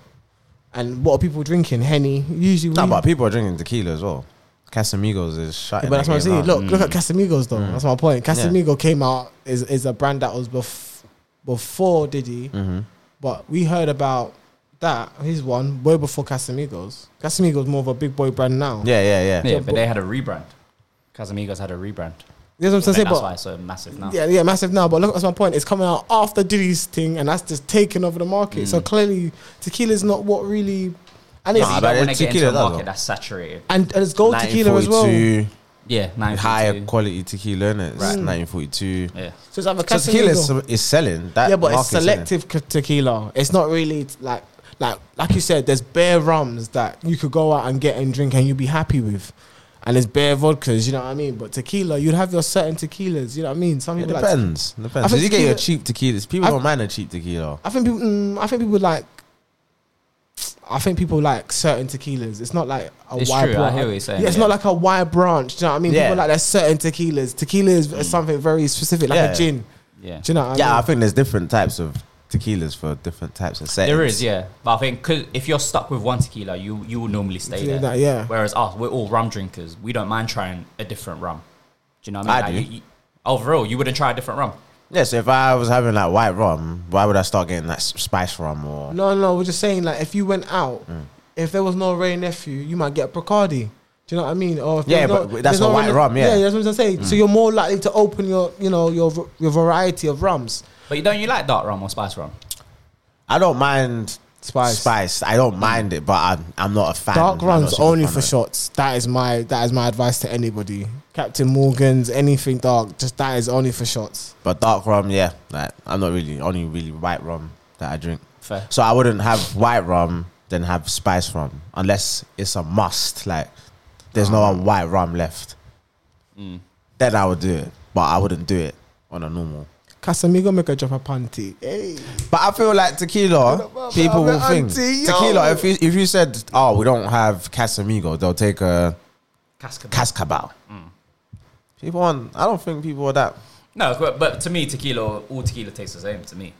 S2: And what are people drinking? Henny usually.
S3: No,
S2: we-
S3: but people are drinking tequila as well. Casamigos is shut.
S2: yeah, but that's what I'm saying. Look, look at Casamigos though. That's my point.
S3: mm. Yeah.
S2: Casamigo came out is is a brand that was bef- before Diddy,
S3: Mm-hmm.
S2: but we heard about that. He's one way before Casamigos. Casamigos more of a big boy brand now.
S3: Yeah, yeah, yeah.
S1: Yeah, but they had a rebrand. Casamigos had a rebrand.
S2: You know what I'm
S1: I
S2: saying?
S1: think that's why
S2: But
S1: it's so massive now.
S2: yeah, yeah, massive now. But look, that's my point. It's coming out after Diddy's thing, and that's just taking over the market. So clearly, tequila's not what really, and it's
S1: Nah, but
S3: Mm. Nah, but
S1: when
S3: it's
S1: get into
S3: tequila,
S1: a
S3: though.
S1: market that's saturated.
S2: and, and it's gold tequila as well.
S3: 1942,
S1: Yeah, nine
S3: Higher quality tequila, innit? It's 1942.
S1: Yeah,
S2: So it's like a
S3: So
S2: Casamigo.
S3: tequila is, is selling. That
S2: yeah, but it's
S3: market's selling.
S2: selective c- tequila. It's not really t- like Like like you said, there's bare rums that you could go out and get and drink and you'd be happy with. And there's bare vodkas, you know what I mean? But tequila, you'd have your certain tequilas, you know what I mean? Some
S3: It
S2: people like
S3: depends.
S2: I
S3: depends.
S2: think
S3: Did you get your
S2: tequila-
S3: cheap tequilas? People
S2: I-
S3: don't mind a cheap tequila.
S2: I think people. Mm, I think people like. I think people like certain tequilas. It's not like a
S1: It's
S2: wide
S1: true, I
S2: branch.
S1: hear what you're saying,
S2: Yeah, it's
S1: yeah.
S2: not like a wide branch. Do you know what I mean?
S3: Yeah.
S2: People like there's certain tequilas. Tequila is something very specific, like
S3: Yeah.
S2: a gin.
S1: Yeah.
S2: Do you know what I
S3: yeah, I
S2: mean?
S3: think there's different types of tequilas for different types of settings.
S1: There is, yeah. But I think 'cause if you're stuck with one tequila, you you will normally stay
S2: Yeah,
S1: there.
S2: that- yeah.
S1: Whereas us, we're all rum drinkers. We don't mind trying a different rum. Do you know what
S3: I
S1: I mean?
S3: do.
S1: You, you, overall, you wouldn't try a different rum.
S3: Yeah, so if I was having like white rum, why would I start getting that s- spice rum or
S2: No, no, we're just saying like if you went out, if there was no Ray nephew, you might get Bacardi. Do you know what I mean? Or if there's
S3: Yeah,
S2: no-
S3: but that's
S2: there's
S3: not
S2: no
S3: white rum, yeah.
S2: yeah, that's what I'm saying. So you're more likely to open your, you know, your your variety of rums.
S1: But you don't you like dark rum or spice rum?
S3: I don't mind
S2: Spice.
S3: Spice. I don't mind it, but I'm, I'm not a fan.
S2: Dark
S3: I'm not
S2: runs
S3: super
S2: only
S3: fan
S2: for
S3: of it.
S2: shots. That is my that is my advice to anybody. Captain Morgan's anything dark, just that is only for shots.
S3: But dark rum, yeah. Like I'm not really only really white rum that I drink.
S1: Fair.
S3: So I wouldn't have white rum then have spice rum unless it's a must. Like there's no white rum left. Mm. Then I would do it, but I wouldn't do it on a normal.
S2: Casamigo make a drop a panty. Hey.
S3: But I feel like tequila, people will think
S2: Auntie, yo.
S3: tequila. If you if you said, oh, we don't have Casamigo, they'll take a
S1: Cascade.
S3: Cascabel. People on, I don't think people are that.
S1: no, but, but to me, tequila, all tequila tastes the same to me.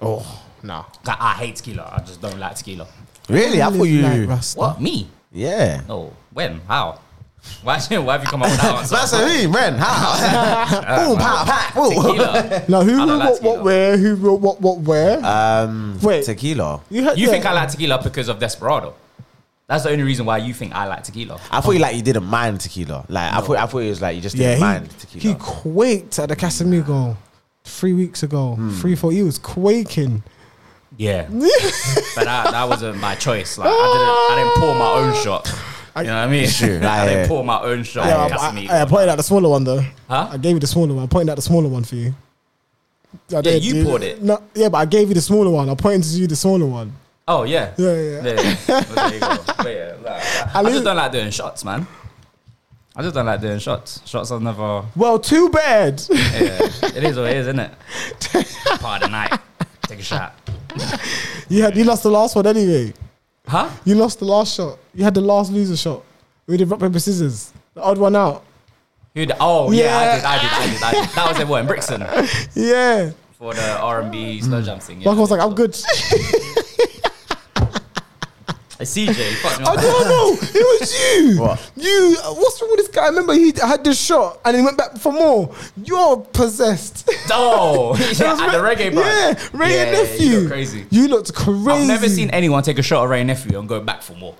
S2: Oh nah.
S1: Like, I hate tequila. I just don't like tequila.
S3: Really, I thought
S2: Live
S3: you.
S2: like Rasta.
S1: What? Me?
S3: yeah.
S1: No. When? How? Why, why have you come up with that answer?
S3: That's a me, man. How? Boom, pow, pow. boom.
S1: tequila.
S2: Now who
S1: I don't
S2: wrote
S1: like
S2: what, what
S1: tequila.
S2: where? Who wrote what what where?
S3: Um,
S2: Wait.
S3: tequila.
S2: you heard,
S1: You
S2: yeah.
S1: think I like tequila because of Desperado? That's the only reason why you think I like tequila.
S3: I thought you like you didn't mind tequila. Like I thought, I thought it was like you just
S2: Yeah,
S3: didn't mind
S2: he,
S3: tequila.
S2: he quaked at the Casamigo three weeks ago.
S1: Hmm.
S2: Three, four he was quaking.
S1: Yeah. but that, that wasn't my choice. Like I didn't, I didn't pour my own shot. You know what I mean?
S3: Sure,
S1: I
S3: yeah.
S1: didn't pour my own shot.
S2: Yeah,
S1: with
S2: I,
S1: Casamigos.
S2: I, I pointed out the smaller one though.
S1: Huh?
S2: I gave you the smaller one. I pointed out the smaller one for you. I did,
S1: you
S2: dude.
S1: poured it.
S2: No, yeah, but I gave you the smaller one. I pointed to you the smaller one.
S1: oh yeah.
S2: Yeah, yeah.
S1: yeah. Well, there you go. But yeah, like, I, I
S2: least-
S1: just don't like doing shots, man. I just don't like doing shots. Shots are never.
S2: Well, too bad.
S1: Yeah, it is what it is, isn't it? Part of the night. Take a shot.
S2: you had you lost the last one anyway.
S1: Huh?
S2: You lost the last shot. You had the last loser shot. We did rock paper scissors. The odd one out.
S1: Who? d- Oh yeah,
S2: Yeah.
S1: I, did, I did. I did. I did. That was it. What in Brixton
S2: Yeah.
S1: for the R and B slow jam thing. Yeah,
S2: Marco Mm. was like, I'm good.
S1: It's CJ. he fucked me
S2: I
S1: up.
S2: don't know. It was you.
S3: What?
S2: You. uh, What's wrong with this guy? I remember he had the shot and he went back for more. You're possessed.
S1: Oh, yeah, at the reggae bar.
S2: Yeah, reggae nephew.
S1: You look crazy.
S2: You looked crazy.
S1: I've never seen anyone take a shot at Ray Nephew and go back for more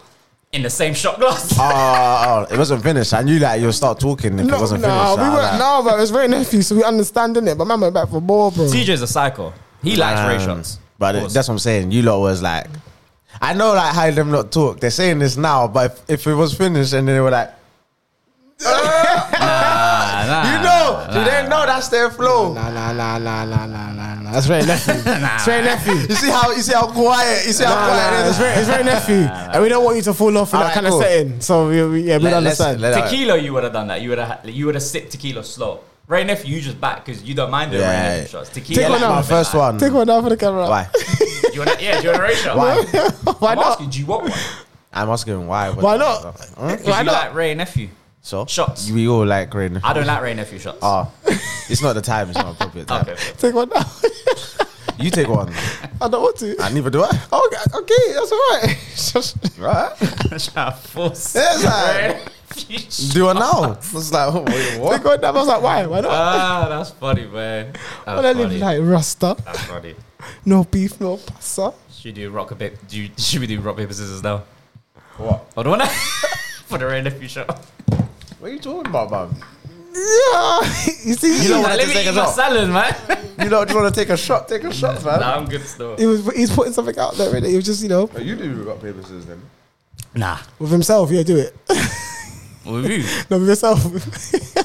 S1: in the same shot glass.
S3: Oh, oh, it wasn't finished. I knew that you'll start talking if it wasn't
S2: nah,
S3: finished.
S2: we
S3: I,
S2: weren't.
S3: like-
S2: No, but it was very nephew, so we understand it. But man went back for more, bro.
S1: TJ's a psycho. He likes
S3: Um,
S1: Ray shots.
S3: Mm. But
S1: Of course.
S3: that's what I'm saying. You lot was like, I know like how them not talk. They're saying this now, but if, if it was finished and then they were like,
S1: Nah, nah,
S3: you know,
S1: nah.
S3: you didn't know that's their flow.
S2: Nah, nah, nah, nah, nah, nah, nah, nah. That's very nephew. It's very nephew.
S3: You see how you see how quiet you see how
S2: Nah, nah,
S3: quiet
S2: nah,
S3: it
S2: it's
S3: is.
S2: very, it's very nephew, and we don't want you to fall off in that
S3: Alright,
S2: kind of
S3: cool.
S2: setting. So we, we yeah, we
S3: Let- let's-
S2: understand.
S3: let-
S1: Tequila, you would have done that. You would have, you would have sipped tequila slow. Ray Nephew, you just back because you don't mind doing
S3: Yeah.
S1: Ray Nephew shots. Tequila,
S2: Take
S3: Yeah,
S2: one
S1: like,
S2: out.
S3: like my
S1: you've been
S3: first
S1: like,
S3: one.
S2: Take one down for the camera.
S3: Why?
S1: Do you wanna, yeah, do you want a Ray shot?
S3: Why?
S2: Why
S1: I'm
S2: not?
S1: asking, do you want one?
S3: I'm asking why.
S2: Why not?
S3: Hmm?
S1: Because you like Ray Nephew.
S3: So
S1: Shots.
S3: We all like green.
S1: I don't like Ray Nephew shots.
S3: Oh, it's not the time. It's not appropriate time.
S1: okay.
S2: Take one down.
S3: You take one.
S2: I don't want to.
S3: I neither do I.
S2: Okay, okay, that's all right. Just-
S3: Right?
S1: Shout force.
S3: Yes, I-
S1: Ray Nephew shots.
S3: Do I now? It's like oh, wait,
S2: Take
S3: what?
S2: one down. I was like, why? Why not?
S1: Ah, that's funny, man. That's
S2: Well, I live
S1: funny.
S2: like Rasta.
S1: That's funny.
S2: No beef, no pasta.
S1: Should we do rock a bit? Do you, should we do rock paper scissors now?
S3: What?
S1: Hold on, for the random few shot.
S3: What are you talking about, man?
S2: Yeah, you see,
S3: You
S1: Nah,
S3: don't wanna
S1: let
S3: just
S1: me
S3: take
S1: eat
S3: us
S1: my
S3: off.
S1: salad, man.
S3: You don't want to take a shot? Take a shot, man. Oh,
S1: nah, I'm good still.
S2: it was he's putting something out there. Really, it was just you know
S3: You do rock paper scissors then.
S1: Nah,
S2: with himself. Yeah, do it.
S1: with you?
S2: No, with yourself.
S1: Hmm.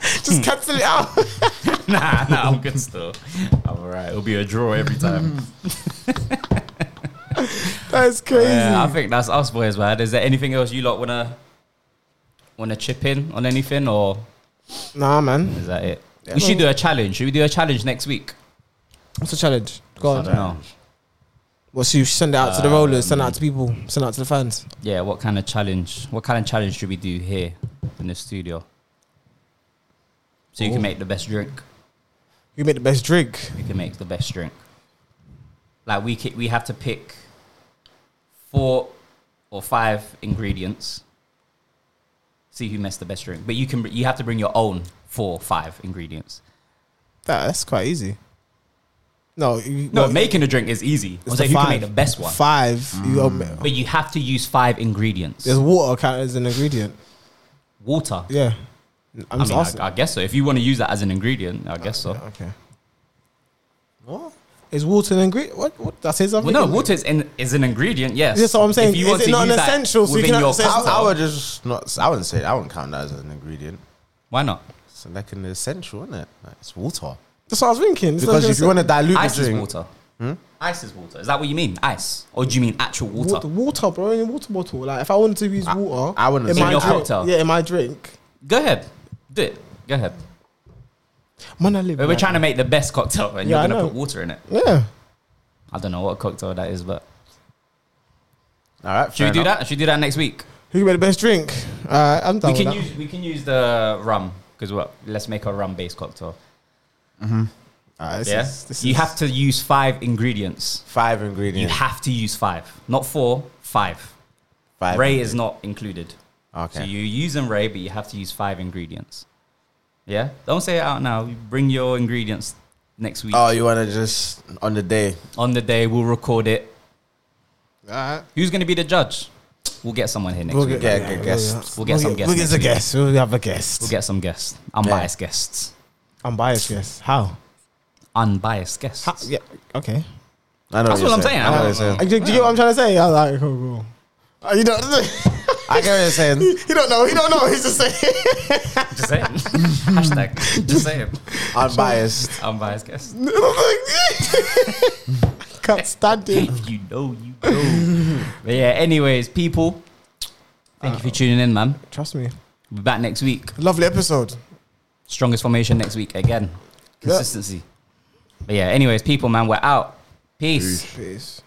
S2: just cancel it out.
S1: Nah, nah, I'm good still. I'm alright. It'll be a draw every time.
S2: That is crazy.
S1: Yeah, I think that's us boys, man. Is there anything else you lot wanna wanna chip in on anything, or
S2: Nah, man.
S1: is that it? we should do a challenge. Should we do a challenge next week?
S2: What's the challenge? Go
S1: I
S2: on.
S1: don't know. Um,
S2: What's you send it out to the rollers, send it out to people, send it out to the fans.
S1: Yeah, what kind of challenge? What kind of challenge should we do here in the studio? So you can make the best drink.
S2: You make the best drink.
S1: You can make the best drink. Like we ca- we have to pick four or five ingredients. See who makes the best drink. But you can br- you have to bring your own four five ingredients.
S2: That, that's quite easy. No, you,
S1: No,
S2: well,
S1: making a drink is easy. I'm
S2: it's
S1: saying who
S2: the
S1: can
S2: five.
S1: make the best one. Mm.
S2: Five. You um,
S1: But you have to use five ingredients.
S2: there's water count as an ingredient.
S1: Water.
S2: Yeah. I'm
S1: I
S2: just
S1: mean, I,
S2: asking.
S1: I guess so. If you want to use that as an ingredient, I guess so.
S2: okay. What? Is water an ingredient? What? what? That's his
S1: Well, no, water is, in, is an ingredient. Yes,
S2: That's what I'm saying.
S1: If you
S2: Is
S1: want
S2: it
S1: to
S2: not an
S1: use that
S2: essential, so you
S1: within
S2: cannot
S1: your
S2: say it's
S1: cocktail,
S3: I, I would just not. I wouldn't say. I wouldn't count that as an ingredient.
S1: Why not?
S3: It's like an essential, isn't it? Like, it's water.
S2: That's what I was thinking. It's
S3: Because
S2: not
S3: if
S2: just-
S3: you want to dilute
S1: Ice
S3: the
S1: is
S3: drink,
S1: water.
S2: Hmm?
S1: Ice is water. Is that what you mean? Ice, or do you mean actual water?
S2: water, water, bro, in a water bottle. Like if I wanted to use water,
S3: I wouldn't
S2: in
S3: say
S2: my
S1: that. In your
S2: drink-
S1: cocktail.
S2: Yeah, in my drink.
S1: Go ahead, do it. Go ahead.
S2: Man, I live.
S1: We're
S2: like-
S1: trying to make the best cocktail, and
S2: Yeah, I
S1: you're gonna
S2: know.
S1: put water in it.
S2: Yeah.
S1: I don't know what cocktail that is, but
S3: all right.
S1: should we do that? Should we do that next week?
S2: Who made the best drink? Uh, I'm done.
S1: we can
S2: with that.
S1: use we can use the rum because well, let's make a rum based cocktail.
S3: that? All right,
S1: yeah, you have to use five ingredients.
S3: five
S1: You
S3: ingredients.
S1: have to use five, not four, five.
S3: five
S1: Ray is not included.
S3: Okay.
S1: So you're using Ray, but you have to use five ingredients. Yeah? Don't say it out now. You Bring your ingredients next week.
S3: Oh, you want to just on the day?
S1: On the day, we'll record it.
S2: All right.
S1: Who's going to be the judge? We'll get someone here next
S2: We'll
S1: week.
S2: get, yeah,
S3: Yeah, get
S2: we'll
S3: guests.
S1: We'll get some guests
S2: We'll get
S1: next
S2: a
S1: week.
S2: guest. We'll have a guest.
S1: We'll get some guests. Unbiased guests.
S2: Unbiased guest. How?
S1: Unbiased guests.
S2: Yeah. Okay.
S3: I know
S1: That's
S3: you're
S1: what I'm saying.
S3: I know what
S1: I
S3: you're saying.
S2: Do, you- do you get what I'm trying to say? I was like, cool, cool. Uh, you don't.
S3: I get what you're saying.
S2: he don't know. He don't know. He's just saying.
S1: Just saying. Hashtag. Just saying.
S3: Unbiased.
S1: Unbiased guests.
S2: Can't stand it.
S1: if you know, you know. but yeah, anyways, people, thank you for tuning in, man.
S2: Trust me.
S1: We'll be back next week.
S2: Lovely episode.
S1: Strongest formation next week again. Consistency. But yeah, anyways, people, man, we're out. Peace.
S2: Peace.